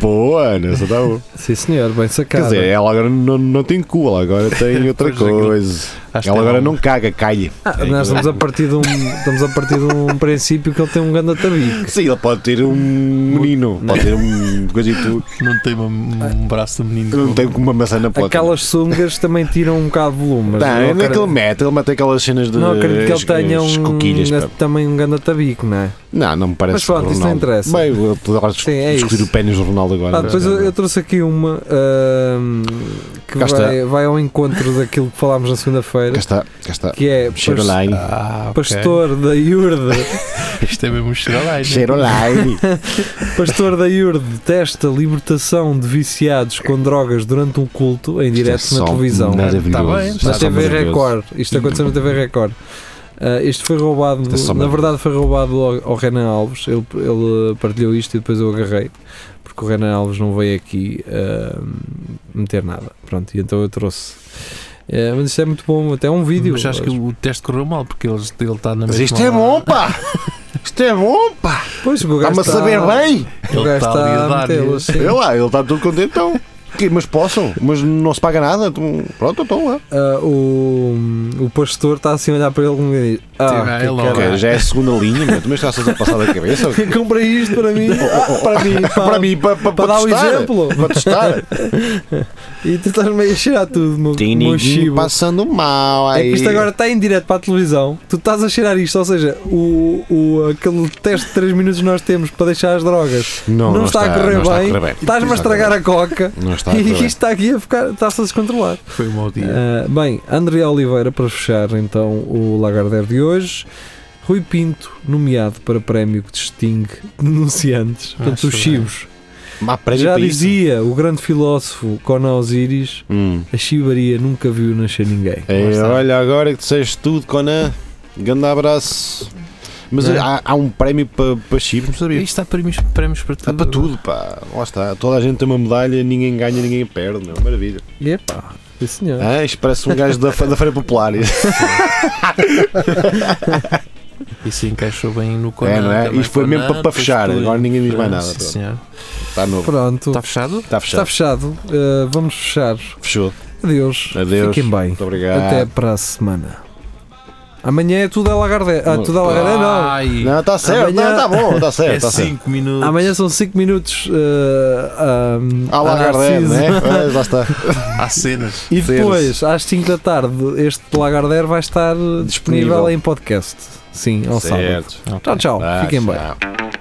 Speaker 2: Boa, Ana, essa está boa.
Speaker 3: Sim, senhor, bem
Speaker 2: Quer
Speaker 3: sacado.
Speaker 2: dizer, ela agora não, não tem cu, ela agora tem outra
Speaker 4: Pois, aquilo-
Speaker 2: coisa.
Speaker 4: Acho que
Speaker 2: Ela agora
Speaker 4: um-
Speaker 2: não caga, calha.
Speaker 3: Ah,
Speaker 2: É
Speaker 3: nós
Speaker 2: que-
Speaker 3: estamos a partir de um, estamos a partir de um princípio que ele tem um ganda tabique.
Speaker 2: Sim, ele pode ter um menino, pode ter um coisito.
Speaker 4: não tem uma- um braço de menino.
Speaker 2: Não tem como uma maçã na ponta.
Speaker 3: Aquelas sungas também tiram um bocado de volume. mas
Speaker 2: Tá,
Speaker 3: eu
Speaker 2: onde é que
Speaker 3: acredito-
Speaker 2: ele mete? Ele mete aquelas cenas de.
Speaker 3: não acredito que
Speaker 2: as-
Speaker 3: ele tenha
Speaker 2: as
Speaker 3: um,
Speaker 2: coquilhas, pá.
Speaker 3: também um ganda tabico, não é?
Speaker 2: Não, não me parece.
Speaker 3: Mas pronto,
Speaker 2: que o
Speaker 3: isso não
Speaker 2: Ronaldo-
Speaker 3: interessa.
Speaker 2: Bem, eu posso agora dis-
Speaker 3: Sim, é
Speaker 2: discutir
Speaker 3: isso.
Speaker 2: o pênis do Ronaldo agora.
Speaker 3: Ah, depois eu, eu trouxe aqui uma ahm, que
Speaker 2: Cá está.
Speaker 3: vai, vai ao encontro daquilo que falámos na
Speaker 2: Cá
Speaker 3: segunda-feira,
Speaker 2: está, cá está.
Speaker 3: que é pas-
Speaker 2: Cheirolaine.
Speaker 4: Ah, ok.
Speaker 3: pastor da Iurde.
Speaker 4: Isto é mesmo um Cheirolaine.
Speaker 2: Cheirolaine.
Speaker 3: Pastor da IUR detesta libertação de viciados com drogas durante um culto em direto
Speaker 2: Isto é
Speaker 3: na
Speaker 2: só
Speaker 3: televisão.
Speaker 2: Maravilhoso.
Speaker 4: Tá bem,
Speaker 2: Isto é
Speaker 3: Na
Speaker 2: só
Speaker 3: TV
Speaker 2: maravilhoso.
Speaker 3: Record. Isto aconteceu na TV Record. Ah, isto foi roubado,
Speaker 2: Isto é só
Speaker 3: na
Speaker 2: maravilhoso.
Speaker 3: verdade foi roubado ao, ao Renan Alves. Ele, ele partilhou isto e depois eu agarrei, porque o Renan Alves não veio aqui ah, meter nada. Pronto, e então eu trouxe. Eh, mas isto é muito bom, até um vídeo.
Speaker 4: Mas acho que o teste correu mal porque ele, ele está na
Speaker 2: Mas
Speaker 4: mesma.
Speaker 2: isto é bom, pá! Isto é bom, pá!
Speaker 3: Pois, o gajo
Speaker 2: Está-me a
Speaker 3: está-
Speaker 2: saber bem!
Speaker 3: O
Speaker 4: Ele
Speaker 3: gajo
Speaker 4: está ali a
Speaker 3: está a
Speaker 4: dar-lhe.
Speaker 3: metê-lo, sim.
Speaker 2: Olha lá, ele está todo contentão. porquê? então. Mas possam, mas não se paga nada. Então, Pronto, estão lá.
Speaker 3: Ah, o, o pastor está assim a olhar para ele como ele diz:
Speaker 4: Sim, vai,
Speaker 3: Ah,
Speaker 4: é logo.
Speaker 3: que
Speaker 2: Ok, já é a segunda linha, meu. Tu me estás a passar da cabeça.
Speaker 3: caralho. Comprei isto para mim, para mim, pá.
Speaker 2: Para mim, para, para,
Speaker 3: para dar o
Speaker 2: testar.
Speaker 3: exemplo.
Speaker 2: Para testar.
Speaker 3: E tu estás meio a cheirar tudo, meu,
Speaker 2: Tem
Speaker 3: meu
Speaker 2: ninguém
Speaker 3: chibo.
Speaker 2: passando mal
Speaker 3: É que
Speaker 2: aí.
Speaker 3: isto agora está em direto para a televisão. Tu estás a cheirar isto, ou seja, o, o, aquele teste de 3 minutos que nós temos para deixar as drogas. Não, está, a correr
Speaker 2: não está
Speaker 3: bem.
Speaker 2: correr bem.
Speaker 3: Estás-me a estragar a coca
Speaker 2: Não está a
Speaker 3: e
Speaker 2: correr
Speaker 3: isto
Speaker 2: Tá,
Speaker 3: está
Speaker 2: bem.
Speaker 3: aqui a ficar, está-se a descontrolar.
Speaker 4: Foi um mau dia.
Speaker 3: Ah, bem, André Oliveira, para fechar então o Lagardère de hoje. Rui Pinto, nomeado para prémio que distingue denunciantes,
Speaker 2: Ah,
Speaker 3: portanto,
Speaker 4: Acho
Speaker 3: os
Speaker 4: bem.
Speaker 3: chibos.
Speaker 2: Mas aprende
Speaker 3: Já
Speaker 2: para isso.
Speaker 3: dizia o grande filósofo Conan Osiris:
Speaker 2: Hum.
Speaker 3: a chibaria nunca viu nascer ninguém.
Speaker 2: É,
Speaker 4: Lá está.
Speaker 2: olha, agora que disseste tudo, Conan. Grande abraço. Mas
Speaker 3: É.
Speaker 2: há, há um prémio para pa Chibos, não sabia.
Speaker 4: Isto há prémios, prémios para tudo.
Speaker 2: Há É. para tudo, pá. Lá está. Toda a gente tem uma medalha, ninguém ganha, ninguém perde, meu. Maravilha.
Speaker 3: Epá, sim senhor.
Speaker 2: É. Ah, isto parece um gajo da, fe- da Feira Popular.
Speaker 4: Isso encaixou bem no Conan.
Speaker 2: é, não é?
Speaker 4: também.
Speaker 2: Isto foi mesmo para,
Speaker 4: Conan,
Speaker 2: para
Speaker 4: depois
Speaker 2: fechar.
Speaker 4: tudo.
Speaker 2: Agora ninguém diz mais
Speaker 4: Ah,
Speaker 2: nada.
Speaker 4: sim,
Speaker 2: Pronto.
Speaker 4: senhor.
Speaker 2: Está novo.
Speaker 3: Pronto,
Speaker 4: Está
Speaker 3: está,
Speaker 4: fechado?
Speaker 2: Está fechado.
Speaker 3: fechado. Ah, vamos fechar.
Speaker 2: Fechou.
Speaker 3: Adeus.
Speaker 2: Adeus.
Speaker 3: Fiquem bem.
Speaker 2: Muito obrigado.
Speaker 3: Até para a semana. Amanhã é tudo a Lagardère. Ah, tudo a Lagardère não.
Speaker 4: Ai,
Speaker 2: Não, está certo.
Speaker 3: Amanhã-
Speaker 2: Não, está bom. Está certo.
Speaker 4: é
Speaker 2: Está certo.
Speaker 4: 5 minutos.
Speaker 3: Amanhã são 5 minutos ah, ah,
Speaker 2: Há
Speaker 3: a
Speaker 2: lá Gardel,
Speaker 3: Narciso.
Speaker 2: não é? Mas Lá está.
Speaker 4: Há cenas.
Speaker 3: E depois, às 5 da tarde, este Lagardère vai estar disponível,
Speaker 2: Disponível.
Speaker 3: em podcast. Sim, é. ao sábado.
Speaker 2: Certo.
Speaker 3: Tá Tchau, tchau.
Speaker 2: Ah,
Speaker 3: Fiquem bem.
Speaker 2: tchau.